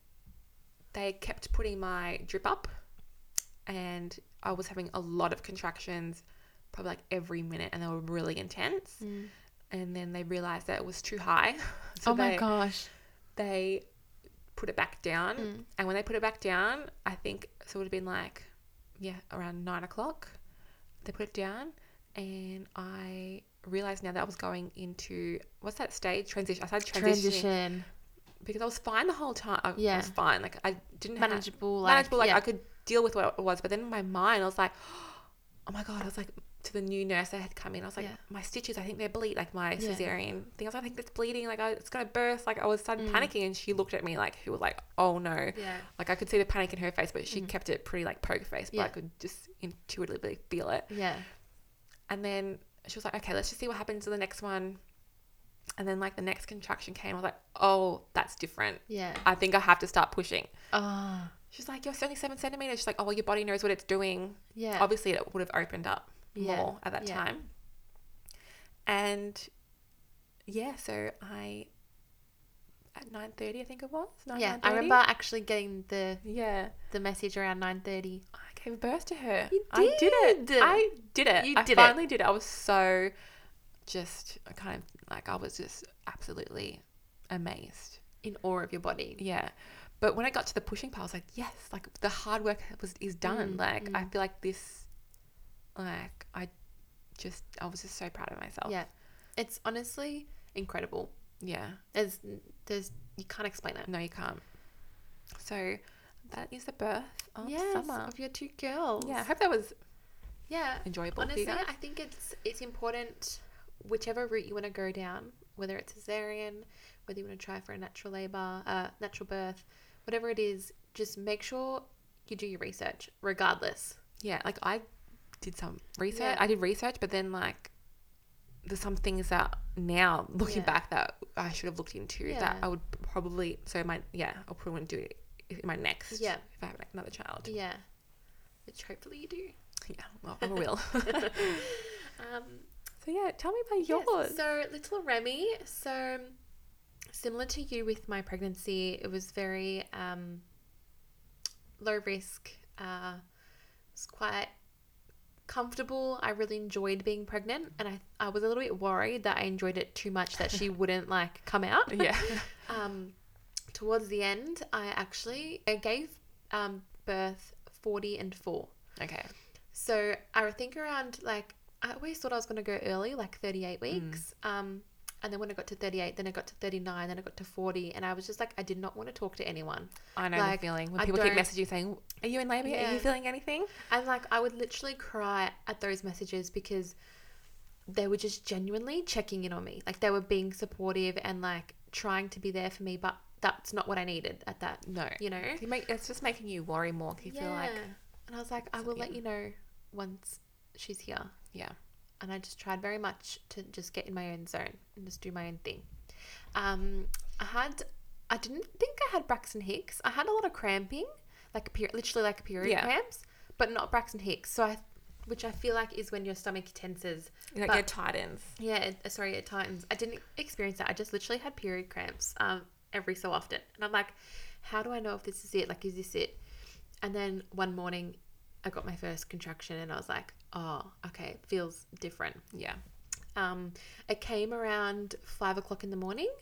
S1: they kept putting my drip up, and I was having a lot of contractions, probably like every minute, and they were really intense.
S2: Mm.
S1: And then they realized that it was too high. (laughs)
S2: oh my
S1: they-
S2: gosh.
S1: they put it back down.
S2: Mm.
S1: And when they put it back down, I think so it would have been like, yeah, around nine o'clock. They put it down, and I realized now that I was going into what's that stage transition. I started transitioning
S2: Transition.
S1: because I was fine the whole time. I
S2: Yeah.
S1: was fine. Like I didn't have-
S2: Manageable. Like,
S1: manageable. Like
S2: yeah.
S1: I could deal with what it was. But then in my mind, I was like, (gasps) oh my god. I was like to the new nurse that had come in. I was like,
S2: Yeah.
S1: my stitches. I think they're bleed. Like my
S2: Yeah.
S1: cesarean thing. I was like, I think that's bleeding. Like I, it's gonna burst. Like I was started
S2: Mm.
S1: panicking, and she looked at me like, who was like, oh no.
S2: Yeah.
S1: Like I could see the panic in her face, but she
S2: Mhm.
S1: kept it pretty like poker face. But
S2: Yeah.
S1: I could just intuitively feel it.
S2: Yeah.
S1: And then she was like, okay, let's just see what happens to the next one. And then like the next contraction came. I was like, oh, that's different.
S2: Yeah.
S1: I think I have to start pushing.
S2: Oh.
S1: She's like, you're only seven centimeters. She's like, oh, well, your body knows what it's doing.
S2: Yeah.
S1: Obviously, it would have opened up
S2: Yeah.
S1: more at that
S2: Yeah.
S1: time. And yeah, so I at nine thirty, I think it was. 9,
S2: yeah.
S1: 9:30?
S2: I remember actually getting the
S1: Yeah,
S2: the message around nine thirty.
S1: I gave birth to her.
S2: You
S1: I did it.
S2: did.
S1: I did it.
S2: You
S1: I
S2: did it.
S1: finally did it. I was so just I kind of like I was just absolutely amazed.
S2: In awe of your body.
S1: Yeah. But when I got to the pushing part, I was like, yes, like the hard work was is done.
S2: Mm,
S1: like I
S2: mm.
S1: feel like this, like I just I was just so proud of myself.
S2: Yeah. It's honestly incredible.
S1: Yeah.
S2: There's there's you can't explain that.
S1: No, you can't. So that is the birth of
S2: yes,
S1: summer.
S2: of your two girls.
S1: Yeah. I hope that was
S2: Yeah.
S1: enjoyable. for you
S2: Honestly,
S1: guys.
S2: I think it's it's important whichever route you want to go down, whether it's cesarean, whether you want to try for a natural labor, uh, natural birth, whatever it is, just make sure you do your research regardless.
S1: yeah. Like I did some research.
S2: Yeah.
S1: I did research, but then like there's some things that now looking
S2: Yeah.
S1: back that I should have looked into that
S2: Yeah.
S1: I would probably so my yeah I probably wouldn't do it in my next
S2: Yeah.
S1: if I have another child.
S2: Yeah. Which hopefully you do.
S1: Yeah, well, I
S2: (laughs)
S1: will. (laughs)
S2: Um,
S1: so yeah, tell me about
S2: yes,
S1: yours.
S2: So little Remy. So um, similar to you with my pregnancy, it was very um, low risk. Uh, it's quite comfortable. I really enjoyed being pregnant, and I I was a little bit worried that I enjoyed it too much that
S1: (laughs)
S2: she wouldn't like come out.
S1: (laughs) yeah,
S2: Um, towards the end, I actually I gave um, birth forty and four.
S1: okay,
S2: So I would think around like I always thought I was going to go early, like 38 weeks. Um, And then when I got to 38, then I got to 39, then I got to 40. And I was just like, I did not want to talk to anyone.
S1: I know
S2: Like,
S1: the feeling when
S2: I
S1: people keep
S2: don't-
S1: messaging saying, "Are you in labor? yet? Are
S2: Yeah.
S1: you feeling anything?"
S2: And like, I would literally cry at those messages because they were just genuinely checking in on me. Like, they were being supportive and like trying to be there for me. But that's not what I needed at that,
S1: No,
S2: you know?
S1: you make it's just making you worry more. 'cause You feel like
S2: And I was like, I
S1: So,
S2: will
S1: yeah.
S2: let you know once she's here.
S1: yeah,
S2: And I just tried very much to just get in my own zone and just do my own thing. Um, I had, I didn't think I had Braxton Hicks. I had a lot of cramping, like a period, literally like a period
S1: Yeah.
S2: cramps, but not Braxton Hicks. So I, which I feel like is when your stomach tenses.
S1: like
S2: But-
S1: your tight ends.
S2: Yeah, it, uh, sorry, it tightens. I didn't experience that. I just literally had period cramps um, every so often. And I'm like, how do I know if this is it? Like, is this it? And then one morning, I got my first contraction and I was like, oh, okay, it feels different.
S1: Yeah,
S2: Um, it came around five o'clock in the morning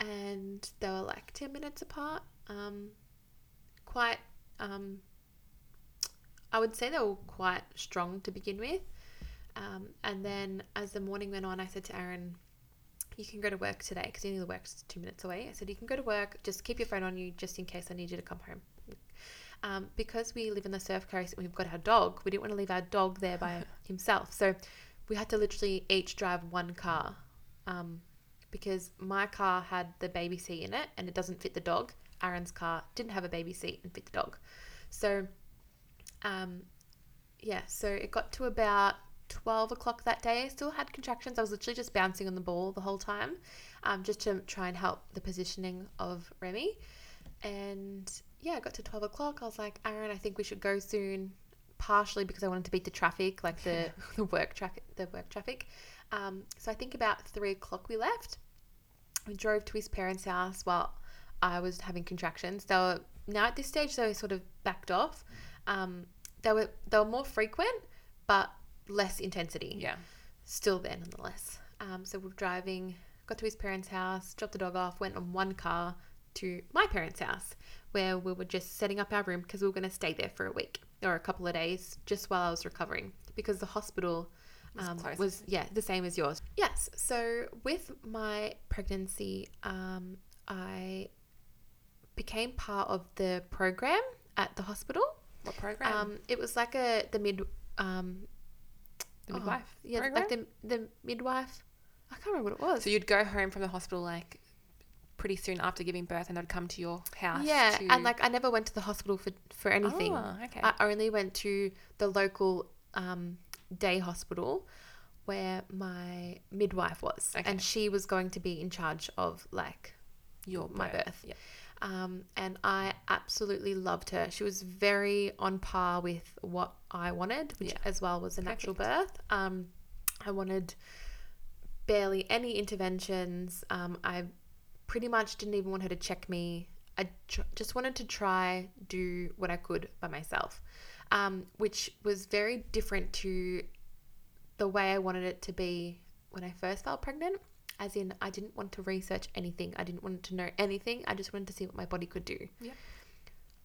S2: and they were like 10 minutes apart. Um, quite, um, I would say they were quite strong to begin with. Um, and then as the morning went on, I said to Aaron, you can go to work today because only the work's two minutes away. I said, you can go to work, just keep your phone on you just in case I need you to come home. Um, because we live in the surf coast and we've got our dog, we didn't want to leave our dog there by himself. So we had to literally each drive one car um, because my car had the baby seat in it and it doesn't fit the dog. Aaron's car didn't have a baby seat and fit the dog. So, um, yeah, so it got to about 12 o'clock that day. I still had contractions. I was literally just bouncing on the ball the whole time um, just to try and help the positioning of Remy. And yeah, I got to 12 o'clock. I was like, Aaron, I think we should go soon. Partially because I wanted to beat the traffic, like the, (laughs) the work traffic, the work traffic. Um, so I think about three o'clock we left. We drove to his parents' house while I was having contractions. They were now at this stage they were sort of backed off. Um, they were they were more frequent, but less intensity
S1: yeah,
S2: still there nonetheless. Um, so we're driving, got to his parents' house, dropped the dog off, went on one car to my parents' house where we were just setting up our room because we were going to stay there for a week or a couple of days just while I was recovering because the hospital
S1: Was
S2: um,
S1: closed.
S2: was yeah the same as yours. Yes. So with my pregnancy, um, I became part of the program at the hospital.
S1: what program?
S2: Um, it was like a the mid um,
S1: the
S2: oh,
S1: midwife.
S2: yeah,
S1: program?
S2: like the the midwife. I can't remember what it was.
S1: So you'd go home from the hospital like pretty soon after giving birth, and they'd come to your house.
S2: yeah,
S1: to...
S2: and like I never went to the hospital for for anything.
S1: Ah, okay.
S2: I only went to the local um, day hospital where my midwife was,
S1: Okay.
S2: and she was going to be in charge of like
S1: your
S2: my birth.
S1: Yeah.
S2: um, and I absolutely loved her. She was very on par with what I wanted, which
S1: Yeah.
S2: as well was a natural birth. Um, I wanted barely any interventions. Um, I pretty much didn't even want her to check me. I tr- just wanted to try do what I could by myself, um, which was very different to the way I wanted it to be when I first felt pregnant. As in, I didn't want to research anything. I didn't want to know anything. I just wanted to see what my body could do.
S1: Yep.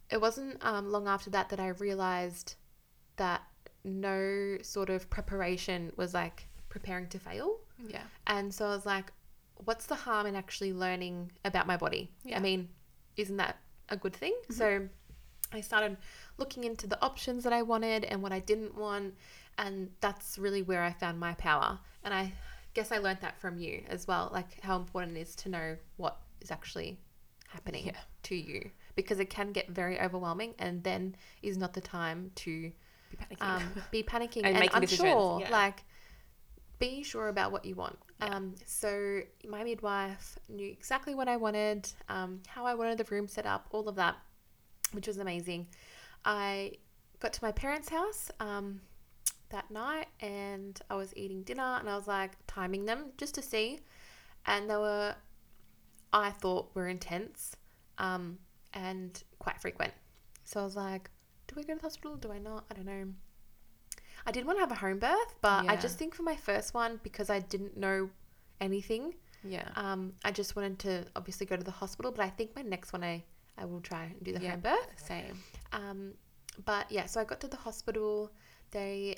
S2: It wasn't um, long after that that I realized that no sort of preparation was like preparing to fail.
S1: Yeah.
S2: And so I was like, what's the harm in actually learning about my body?
S1: Yeah. Mm-hmm.
S2: I mean, isn't that a good thing? So I started looking into the options that I wanted and what I didn't want. And that's really where I found my power. And I guess I learned that from you as well, like how important it is to know what is actually happening
S1: Yeah.
S2: to you because it can get very overwhelming and then is not the time to
S1: Be panicking.
S2: um, be panicking
S1: And
S2: and,
S1: making decisions,
S2: unsure.
S1: yeah.
S2: Like, be sure about what you want. Um, so my midwife knew exactly what I wanted, um, how I wanted the room set up, all of that, which was amazing. I got to my parents' house um, that night, and I was eating dinner, and I was like timing them just to see, and they were, I thought, were intense, um, and quite frequent. So I was like, do I go to the hospital? Do I not? I don't know. I did want to have a home birth, but I
S1: Yeah.
S2: just think for my first one, because I didn't know anything,
S1: (laughs) yeah.
S2: um, I just wanted to obviously go to the hospital. But I think my next one, I, I will try and do the
S1: Yeah.
S2: home birth.
S1: Same.
S2: Um, but yeah, so I got to the hospital. They,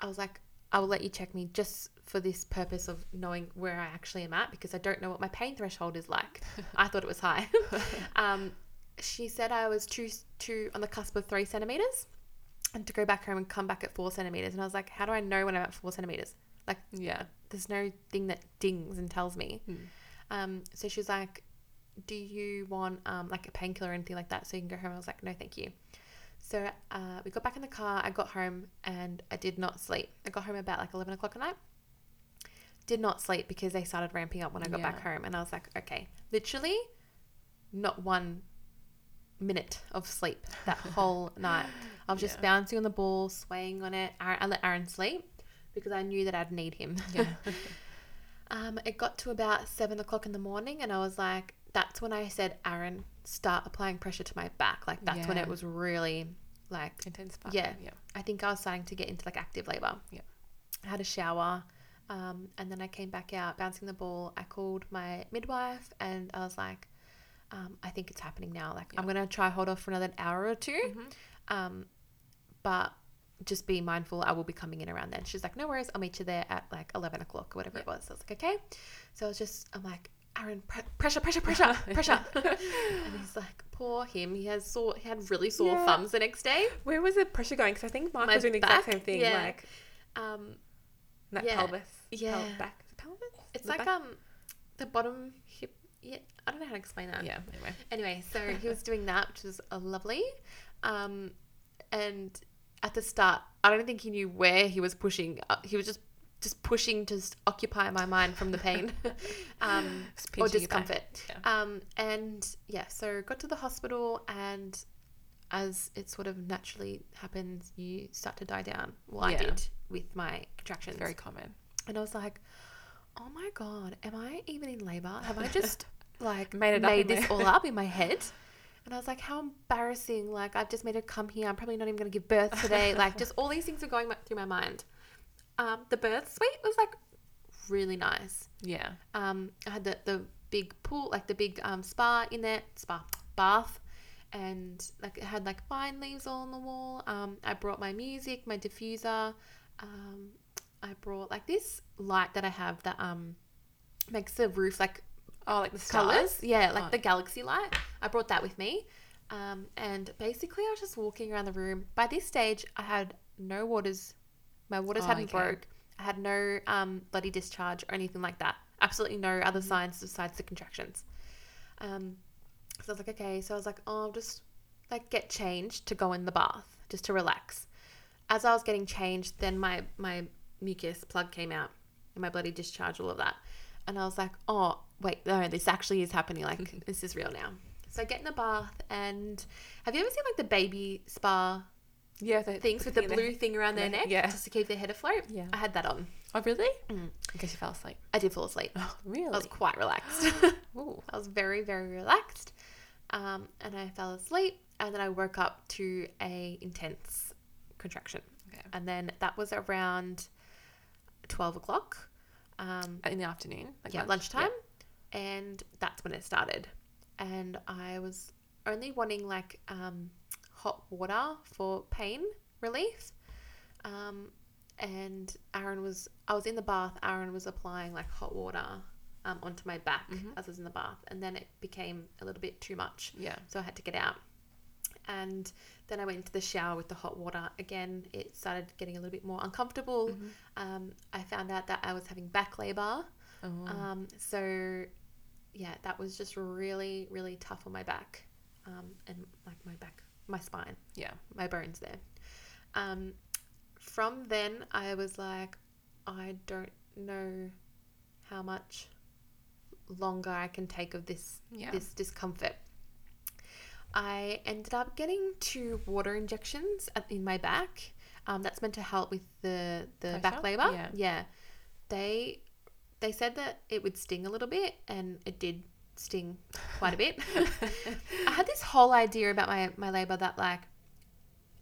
S2: I was like, I will let you check me just for this purpose of knowing where I actually am at because I don't know what my pain threshold is like. I thought it was high. um, she said I was two, two on the cusp of three centimeters and to go back home and come back at four centimeters. And I was like, how do I know when I'm at four centimeters? Like,
S1: Yeah.
S2: there's no thing that dings and tells me.
S1: Mm.
S2: Um, so she was like, do you want um, like a painkiller or anything like that so you can go home? I was like, no, thank you. So uh, we got back in the car. I got home and I did not sleep. I got home about like 11 o'clock at night. Did not sleep because they started ramping up when I got back
S1: Yeah.
S2: home. And I was like, okay, literally not one minute of sleep
S1: (laughs)
S2: that whole night. I was just
S1: Yeah.
S2: bouncing on the ball, swaying on it. Aaron, I let Aaron sleep because I knew that I'd need him.
S1: Yeah.
S2: Um, it got to about seven o'clock in the morning, and I was like, that's when I said, Aaron, start applying pressure to my back. Like, that's when
S1: Yeah.
S2: it was really like,
S1: Intense part.
S2: Yeah.
S1: Yeah.
S2: I think I was starting to get into like active labor.
S1: Yeah.
S2: I had a shower, um, and then I came back out bouncing the ball. I called my midwife, and I was like, um, I think it's happening now. Like, I'm gonna try hold off for another hour or 2
S1: Mm-hmm.
S2: um, but just be mindful. I will be coming in around then. She's like, no worries. I'll meet you there at like 11 o'clock or whatever it was. So I was like, okay. So I was just, I'm like, Aaron, pre- pressure,
S1: (laughs)
S2: pressure, pressure, pressure. and he's like, poor him. He has sore, he had really sore
S1: Yeah.
S2: thumbs the next day.
S1: Where was the pressure going? Because I think Mark
S2: My
S1: was doing the exact
S2: back,
S1: same thing.
S2: yeah.
S1: Like
S2: Um,
S1: that
S2: Yeah.
S1: pelvis. Pel-
S2: Yeah.
S1: back. Is it pelvis?
S2: it's
S1: The
S2: like
S1: back?
S2: um, the bottom hip. Yeah, I don't know how to explain that.
S1: Yeah. Anyway.
S2: Anyway, so he was doing that, which was uh, lovely. Um, and at the start, I don't think he knew where he was pushing. Uh, he was just just pushing to s- occupy my mind from
S1: (laughs)
S2: the pain um,
S1: Just
S2: or
S1: pinching your back.
S2: discomfort.
S1: Yeah.
S2: Um, and yeah, so got to the hospital, and as it sort of naturally happens, you start to die down. Well,
S1: Yeah.
S2: I did with my contractions.
S1: It's very common.
S2: And I was like, oh my God, am I even in labor? Have
S1: (laughs)
S2: I just like
S1: Made it
S2: made,
S1: up in
S2: this
S1: my-
S2: all up
S1: (laughs)
S2: in my head? And I was like, how embarrassing. Like, I've just made her come here. I'm probably not even going to give birth today.
S1: (laughs)
S2: Like, just all these things were going through my mind. Um, the birth suite was like really nice.
S1: Yeah.
S2: Um, I had the, the big pool, like the big um, spa in there, spa bath, and like it had like vine leaves all on the wall. Um, I brought my music, my diffuser. Um, I brought like this light that I have that um makes the roof like
S1: Oh, like the
S2: colors.
S1: stars.
S2: Yeah, like
S1: Oh.
S2: the galaxy light. I brought that with me. Um, and basically, I was just walking around the room. By this stage, I had no waters. My waters
S1: Oh,
S2: hadn't
S1: okay.
S2: broke. I had no um, bloody discharge or anything like that. Absolutely no other
S1: Mm-hmm.
S2: signs besides the contractions. Um, so I was like, okay. So I was like, oh, I'll just like get changed to go in the bath just to relax. As I was getting changed, then my my mucus plug came out and my bloody discharge, all of that. And I was like, oh, wait, no, this actually is happening.
S1: (laughs)
S2: Like, this is real now. So I get in the bath and have you ever seen like the baby spa
S1: Yeah. the-
S2: things with the
S1: thing in
S2: blue thing around their
S1: Yeah.
S2: neck
S1: Yeah.
S2: just to keep their head afloat?
S1: Yeah.
S2: I had that on.
S1: Oh, really?
S2: Mm.
S1: In case you fell asleep.
S2: I did fall asleep.
S1: Oh, really?
S2: I was
S1: (laughs)
S2: quite relaxed.
S1: Ooh.
S2: I was very, very relaxed. Um, and I fell asleep and then I woke up to a intense contraction.
S1: Okay.
S2: And then that was around 12 o'clock. Um,
S1: In the afternoon. Like
S2: yeah,
S1: lunch-
S2: lunchtime. And that's when it started. And I was only wanting like um, hot water for pain relief. Um, and Aaron was, I was in the bath, Aaron was applying like hot water um, onto my back as I was in the bath. And then it became a little bit too much.
S1: Yeah.
S2: So I had to get out. And then I went into the shower with the hot water. Again, it started getting a little bit more uncomfortable.
S1: Mm. Mm-hmm.
S2: Um, I found out that I was having back labor.
S1: Yeah. Oh.
S2: Um, so, yeah, that was just really, really tough on my back um, and like my back, my spine,
S1: yeah.
S2: my bones there. Um, from then, I was like, I don't know how much longer I can take of this
S1: Yeah.
S2: this discomfort. I ended up getting two water injections at- in my back. Um, that's meant to help with the the back
S1: Pressure?
S2: labor.
S1: Yeah.
S2: they they said that it would sting a little bit, and it did sting quite
S1: (laughs)
S2: a bit. (laughs) I had this whole idea about my my labor that like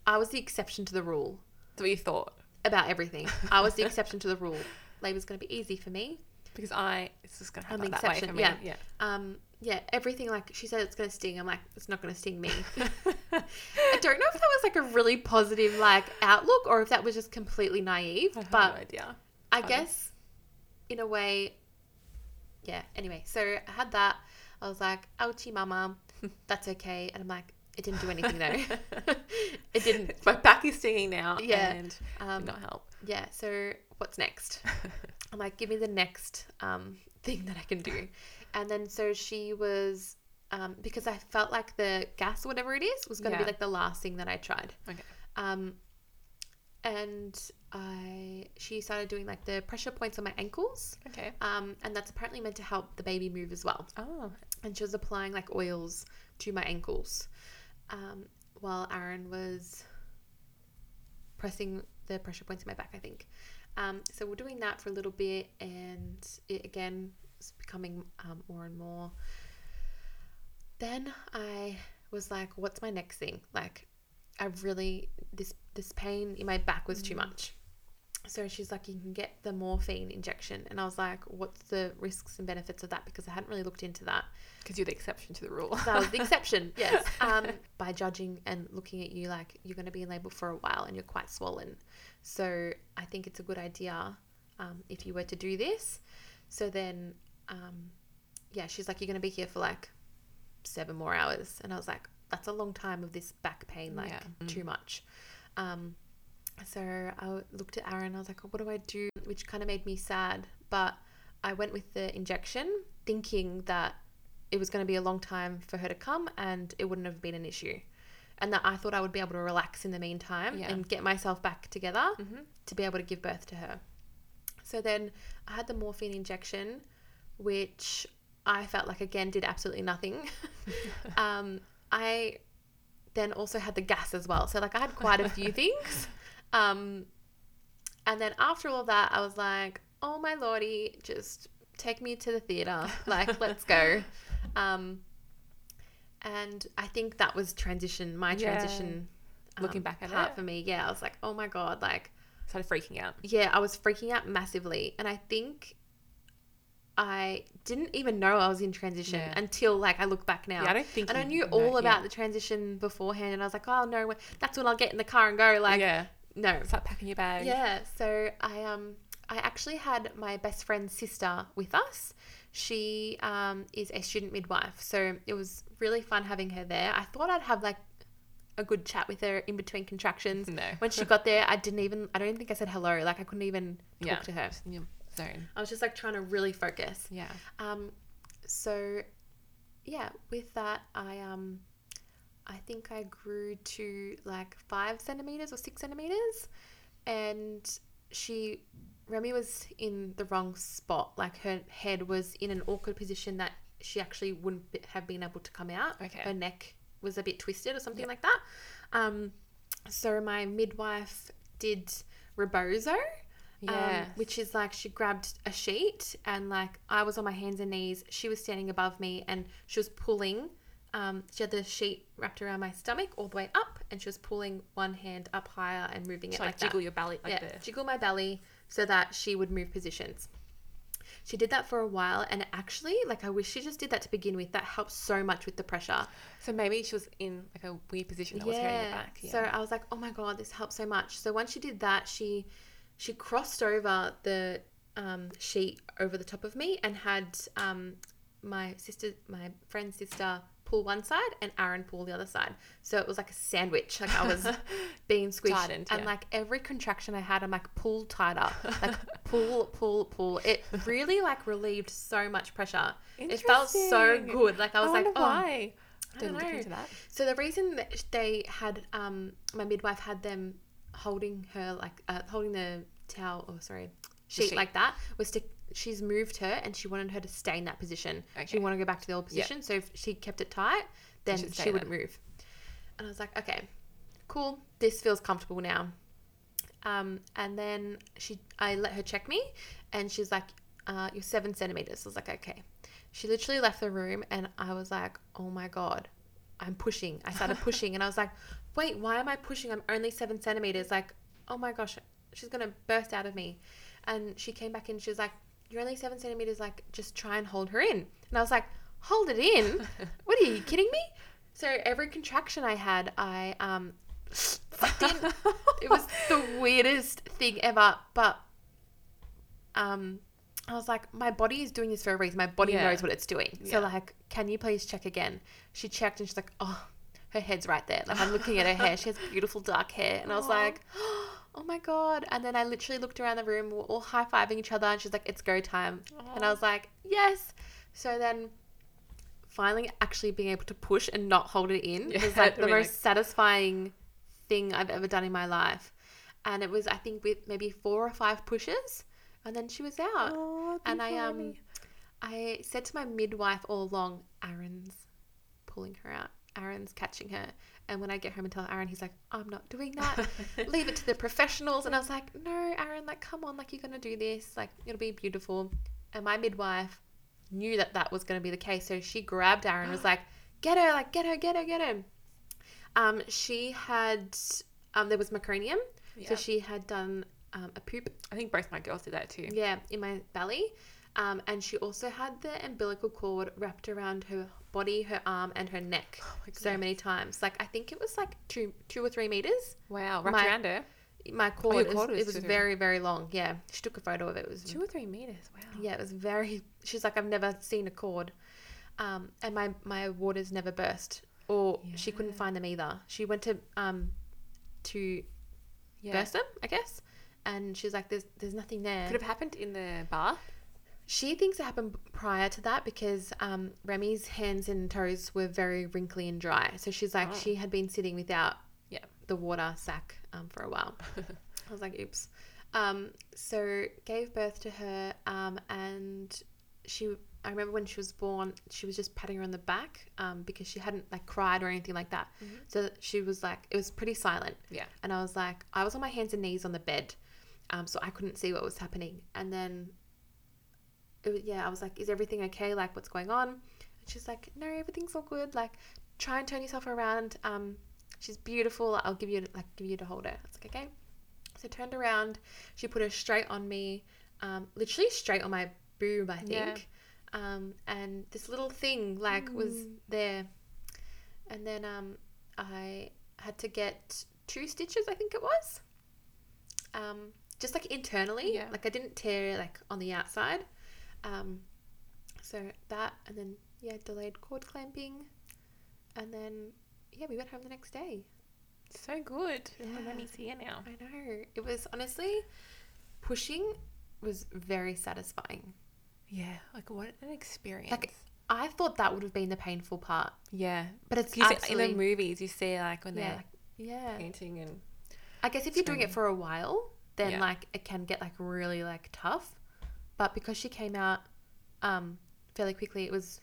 S2: I was the exception to the rule
S1: That's what you thought.
S2: about everything. I was the exception to the rule. Labor's going to be easy for me.
S1: Because I, it's just going to
S2: I'm
S1: happen
S2: the
S1: that way for
S2: exception,
S1: me.
S2: yeah.
S1: (laughs) Yeah.
S2: um yeah everything like she said it's gonna sting i'm like it's not gonna
S1: (laughs)
S2: sting me i don't know if that was like a really positive like outlook or if that was just completely naive
S1: I have no
S2: but
S1: idea.
S2: i
S1: funny.
S2: guess in a way, yeah. Anyway, so I had that. I was like, ouchie, mama, (laughs) that's okay. And I'm like, it didn't do anything though.
S1: (laughs)
S2: (laughs) it didn't.
S1: My back is stinging now.
S2: Yeah.
S1: And did
S2: Um,
S1: not
S2: (laughs)
S1: help.
S2: yeah. So what's next? I'm like, give me the next um, thing that I can do. And then so she was, um, because I felt like the gas, whatever it is, was going to
S1: Yeah.
S2: be like the last thing that I tried.
S1: okay.
S2: Um, and I, she started doing like the pressure points on my ankles.
S1: Okay.
S2: Um, and that's apparently meant to help the baby move as well.
S1: Oh.
S2: And she was applying like oils to my ankles um, while Aaron was pressing the pressure points in my back, I think. Um, so we're doing that for a little bit, and it again is becoming um, more and more. Then I was like, "What's my next thing?" Like, I really this this pain in my back was too much. So she's like, "You can get the morphine injection," and I was like, "What's the risks and benefits of that?" Because I hadn't really looked into that.
S1: Because you're the exception to the rule.
S2: That was the exception, yes. Um, by judging and looking at you like you're going to be in labor for a while and you're quite swollen. So I think it's a good idea um, if you were to do this. So then, um, yeah, she's like, you're going to be here for like seven more hours. And I was like, that's a long time of this back pain, like
S1: Yeah.
S2: too much. Um, so I w- looked at Aaron. I was like, what do I do? Which kind of made me sad. But I went with the injection thinking that it was going to be a long time for her to come and it wouldn't have been an issue. And that I thought I would be able to relax in the meantime
S1: Yeah.
S2: and get myself back together
S1: mm-hmm.
S2: to be able to give birth to her. So then I had the morphine injection, which I felt like again did absolutely nothing. (laughs) um, I then also had the gas as well. So like I had quite
S1: (laughs)
S2: a few things. Um, and then after all that, I was like, oh my lordy, just take me to the theater. Like,
S1: (laughs)
S2: let's go. Um, and I think that was transition, my
S1: Yeah.
S2: transition. um,
S1: Looking back at
S2: part
S1: it.
S2: for me, yeah, I was like, oh my god, like
S1: (laughs) Started freaking out.
S2: yeah, I was freaking out massively. And I think I didn't even know I was in transition
S1: Yeah.
S2: until like I look back now.
S1: Yeah, I don't think
S2: and I
S1: you
S2: knew
S1: know-
S2: all about
S1: yeah.
S2: the transition beforehand. And I was like, oh, no, that's when I'll get in the car and go. Like,
S1: yeah.
S2: no.
S1: Start packing your bag.
S2: Yeah. So I, um, I actually had my best friend's sister with us. She um, is a student midwife. So it was really fun having her there. I thought I'd have like a good chat with her in between
S1: (laughs)
S2: contractions.
S1: No.
S2: When she got there, I didn't even, I don't think I said hello. Like, I couldn't even talk
S1: Yeah.
S2: to her.
S1: Just in your zone.
S2: I was just like trying to really focus.
S1: Yeah.
S2: Um, so yeah, with that, I um, I think I grew to like five centimeters or six centimeters, and she, Remy was in the wrong spot. Like her head was in an awkward position that she actually wouldn't be- have been able to come out.
S1: Okay.
S2: her neck was a bit twisted or something like that. Um, so my midwife did rebozo
S1: Yeah.
S2: um, which is like she grabbed a sheet and like I was on my hands and knees. She was standing above me and she was pulling. Um, she had the sheet wrapped around my stomach all the way up and she was pulling one hand up higher and moving it
S1: so like,
S2: like,
S1: jiggle
S2: that.
S1: your belly like
S2: yeah,
S1: this.
S2: jiggle my belly so that she would move positions. She did that for a while and actually, like I wish she just did that to begin with. That helps so much with the pressure.
S1: So maybe she was in like a weird position that was carrying her back. Yeah.
S2: So I was like, oh my god, this helps so much. So once she did that, she she crossed over the um, sheet over the top of me and had um, my sister, my friend's sister, pull one side and Aaron pull the other side. So it was like a sandwich. Like
S1: (laughs)
S2: I was being squished,
S1: Tightened,
S2: and
S1: yeah.
S2: like every contraction I had, I'm like pull tighter,
S1: (laughs)
S2: like pull, pull, pull. It really like relieved so much pressure. It felt so
S1: Interesting.
S2: good. Like I was like,
S1: wonder
S2: oh.
S1: why.
S2: I
S1: Didn't
S2: don't
S1: look
S2: know.
S1: into that.
S2: So the reason that sh- they had um, my midwife had them holding her like uh, holding the towel or sorry sheet,
S1: sheet.
S2: like that was to she's moved her and she wanted her to stay in that position. She
S1: Okay.
S2: wanted to go back to the old
S1: Yeah.
S2: position. So if she kept it tight, then
S1: should
S2: she
S1: stay
S2: would move. And I was like, okay, cool. This feels comfortable now. Um, and then she, I let her check me, and she's like, uh, "You're seven centimeters." I was like, "Okay." She literally left the room, and I was like, "Oh my god, I'm pushing." I started pushing, and I was like, "Wait, why am I pushing? I'm only seven centimeters." Like, oh my gosh, she's gonna burst out of me. And she came back in. She was like, "You're only seven centimeters. Like, just try and hold her in." And I was like, "Hold
S1: (laughs)
S2: it in? what are you kidding me?" So every contraction I had, I um, sucked in
S1: (laughs)
S2: it was the weirdest thing ever. But um, I was like, my body is doing this for a reason. My body
S1: Yeah.
S2: knows what it's doing.
S1: Yeah.
S2: So like, can you please check again? She checked and she's like, oh, her head's right there. Like I'm looking at her hair. She has beautiful dark hair. And I was
S1: Aw.
S2: like, (gasps) oh my god. And then I literally looked around the room. We were all high fiving each other. And she's like, it's go time. And I was like, yes. So then. Finally, actually being able to push and not hold it
S1: (laughs)
S2: in
S1: Yeah,
S2: was like the
S1: I mean,
S2: most
S1: like-
S2: satisfying thing I've ever done in my life. And it was, I think, with maybe four or five pushes, and then she was out.
S1: Oh,
S2: and I um, I said to my midwife all along, Aaron's pulling her out. Aaron's catching her. And when I get home and tell Aaron, he's like, I'm not doing
S1: (laughs)
S2: that. Leave it to the professionals. And I was like, No, Aaron, like, come on, like, you're going to do this. Like, it'll be beautiful. And my midwife knew that that was going to be the case. So she grabbed Aaron, was like, Get her, like, get her, get her, get her. Um, she had, um, there was macronium. So
S1: Yeah.
S2: she had done um, a poop
S1: I think both my girls did that too.
S2: yeah, in my belly. Um, and she also had the umbilical cord wrapped around her body, her arm, and her neck
S1: Oh my
S2: so many times. Like I think it was like two, two or three meters.
S1: Wow, wrapped
S2: My-
S1: around her.
S2: My cord,
S1: Oh, cord was
S2: it was, it was
S1: two or three.
S2: very, very long. Yeah, she took a photo of it. It was
S1: Two or three meters. Wow.
S2: yeah, it was very. She's like, I've never seen a cord, um, and my my waters never burst, or she couldn't find them either. She went to um, to
S1: Yeah.
S2: burst them, I guess, and she's like, there's there's nothing there.
S1: Could have happened in the bath.
S2: She thinks it happened prior to that because um, Remy's hands and toes were very wrinkly and dry. So she's like,
S1: Oh.
S2: she had been sitting without
S1: Yeah.
S2: the water sack um, for a while. I was like, oops. Um, so gave birth to her, um, and she. I remember when she was born, she was just patting her on the back um, because she hadn't like cried or anything like that. So she was like, it was pretty silent.
S1: Mm-hmm. Yeah.
S2: And I was like, I was on my hands and knees on the bed, um, so I couldn't see what was happening. And then, it was, yeah, I was like, is everything okay? Like, what's going on? And she's like, no, everything's all good. Like, try and turn yourself around. Um, she's beautiful. I'll give you like give you to hold her. I was like, okay. So I turned around. She put her straight on me, um, literally straight on my boob, I think.
S1: Yeah.
S2: Um, and this little thing like was there, and then um, I had to get two stitches. I think it was. Um, just like internally,
S1: Yeah.
S2: like I didn't tear like on the outside. Um, so that and then yeah, delayed cord clamping, and then yeah, we went home the next day.
S1: (laughs) So good.
S2: Yeah.
S1: And Mummy's here now.
S2: I know. It was honestly pushing was very satisfying.
S1: Yeah. Like what an experience.
S2: Like I thought that would have been the painful part,
S1: yeah.
S2: but it's
S1: You see, in
S2: absolutely
S1: the movies, you see like when
S2: yeah,
S1: they're
S2: like, yeah.
S1: painting and
S2: I guess if you're doing it
S1: Screaming.
S2: for a while, then
S1: Yeah.
S2: like it can get like really like tough. But because she came out um fairly quickly, it was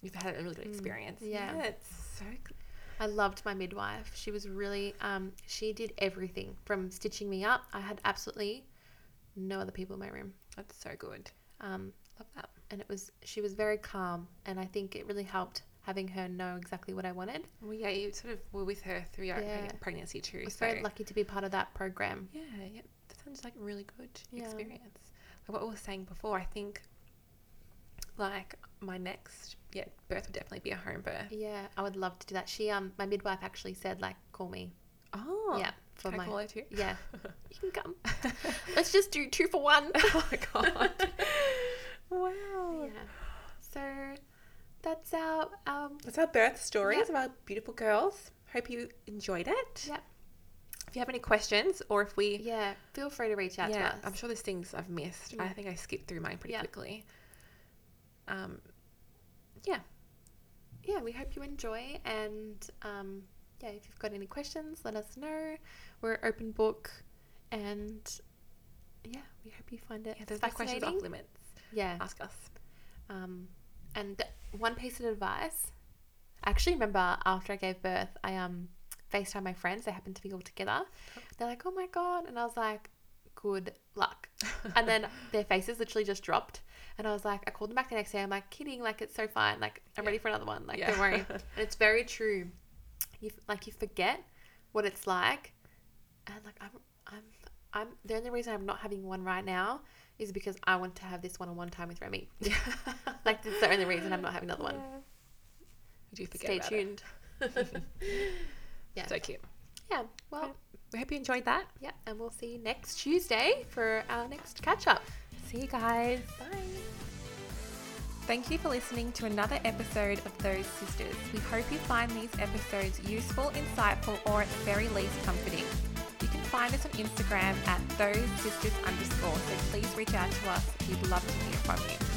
S1: you've had a really good experience.
S2: yeah.
S1: it's so good.
S2: I loved my midwife. She was really um she did everything from stitching me up. I had absolutely no other people in my room.
S1: That's so good.
S2: Um
S1: Love that.
S2: and it was she was very calm and I think it really helped having her know exactly what I wanted.
S1: Well, yeah, you sort of were with her throughout her
S2: Yeah.
S1: pregnancy too.
S2: I was
S1: so
S2: very lucky to be part of that program.
S1: yeah, yeah, that sounds like a really good
S2: Yeah.
S1: experience. Like what we were saying before, I think like my next yeah birth would definitely be a home birth.
S2: Yeah, I would love to do that. She um my midwife actually said like call me.
S1: Oh,
S2: yeah, for
S1: Can I
S2: my
S1: call her (laughs) too?
S2: Yeah. You can come. Let's just do two for one.
S1: (laughs) oh my god!
S2: yeah.
S1: (laughs) wow.
S2: (laughs) So that's our um
S1: That's our birth stories
S2: Yep.
S1: of our beautiful girls. Hope you enjoyed it.
S2: Yep.
S1: If you have any questions or if we
S2: yeah, feel free to reach out
S1: yeah,
S2: to us.
S1: I'm sure there's things I've missed. I
S2: Mm.
S1: think I skipped through mine pretty
S2: Yeah.
S1: quickly. Um,
S2: Yeah, we hope you enjoy and um yeah, if you've got any questions, let us know. We're open book and yeah, we hope you find it
S1: yeah, there's no questions off
S2: fascinating.
S1: limits.
S2: Yeah.
S1: Ask us.
S2: Um, and th- one piece of advice. I actually remember after I gave birth, I um FaceTime my friends. They happened to be all together. They're like, "Oh my god!" And I was like, "Good luck." (laughs)
S1: (laughs)
S2: and then their faces literally just dropped. And I was like, I called them back the next day. I'm like, kidding. Like it's so fine. Like I'm
S1: Yeah.
S2: ready for another one. Like
S1: Yeah.
S2: don't worry. and it's very true. You f- like you forget what it's like, and like I'm I'm I'm the only reason I'm not having one right now is because I want to have this one-on-one time with
S1: (laughs)
S2: Remy. Like that's the only reason I'm not having another one.
S1: Yeah. (laughs) We do forget
S2: Stay
S1: about
S2: tuned.
S1: It. (laughs)
S2: (laughs) Yeah.
S1: So cute.
S2: Yeah. Well,
S1: We hope you enjoyed that.
S2: yeah, and we'll see you next Tuesday for our next catch up.
S1: See
S2: See you guys.
S3: Bye.
S2: Thank you for listening to another episode of Those Sisters. We hope you find these episodes useful, insightful, or at the very least comforting. You can find us on Instagram at those sisters underscore, so please reach out to us. We'd love to hear from you.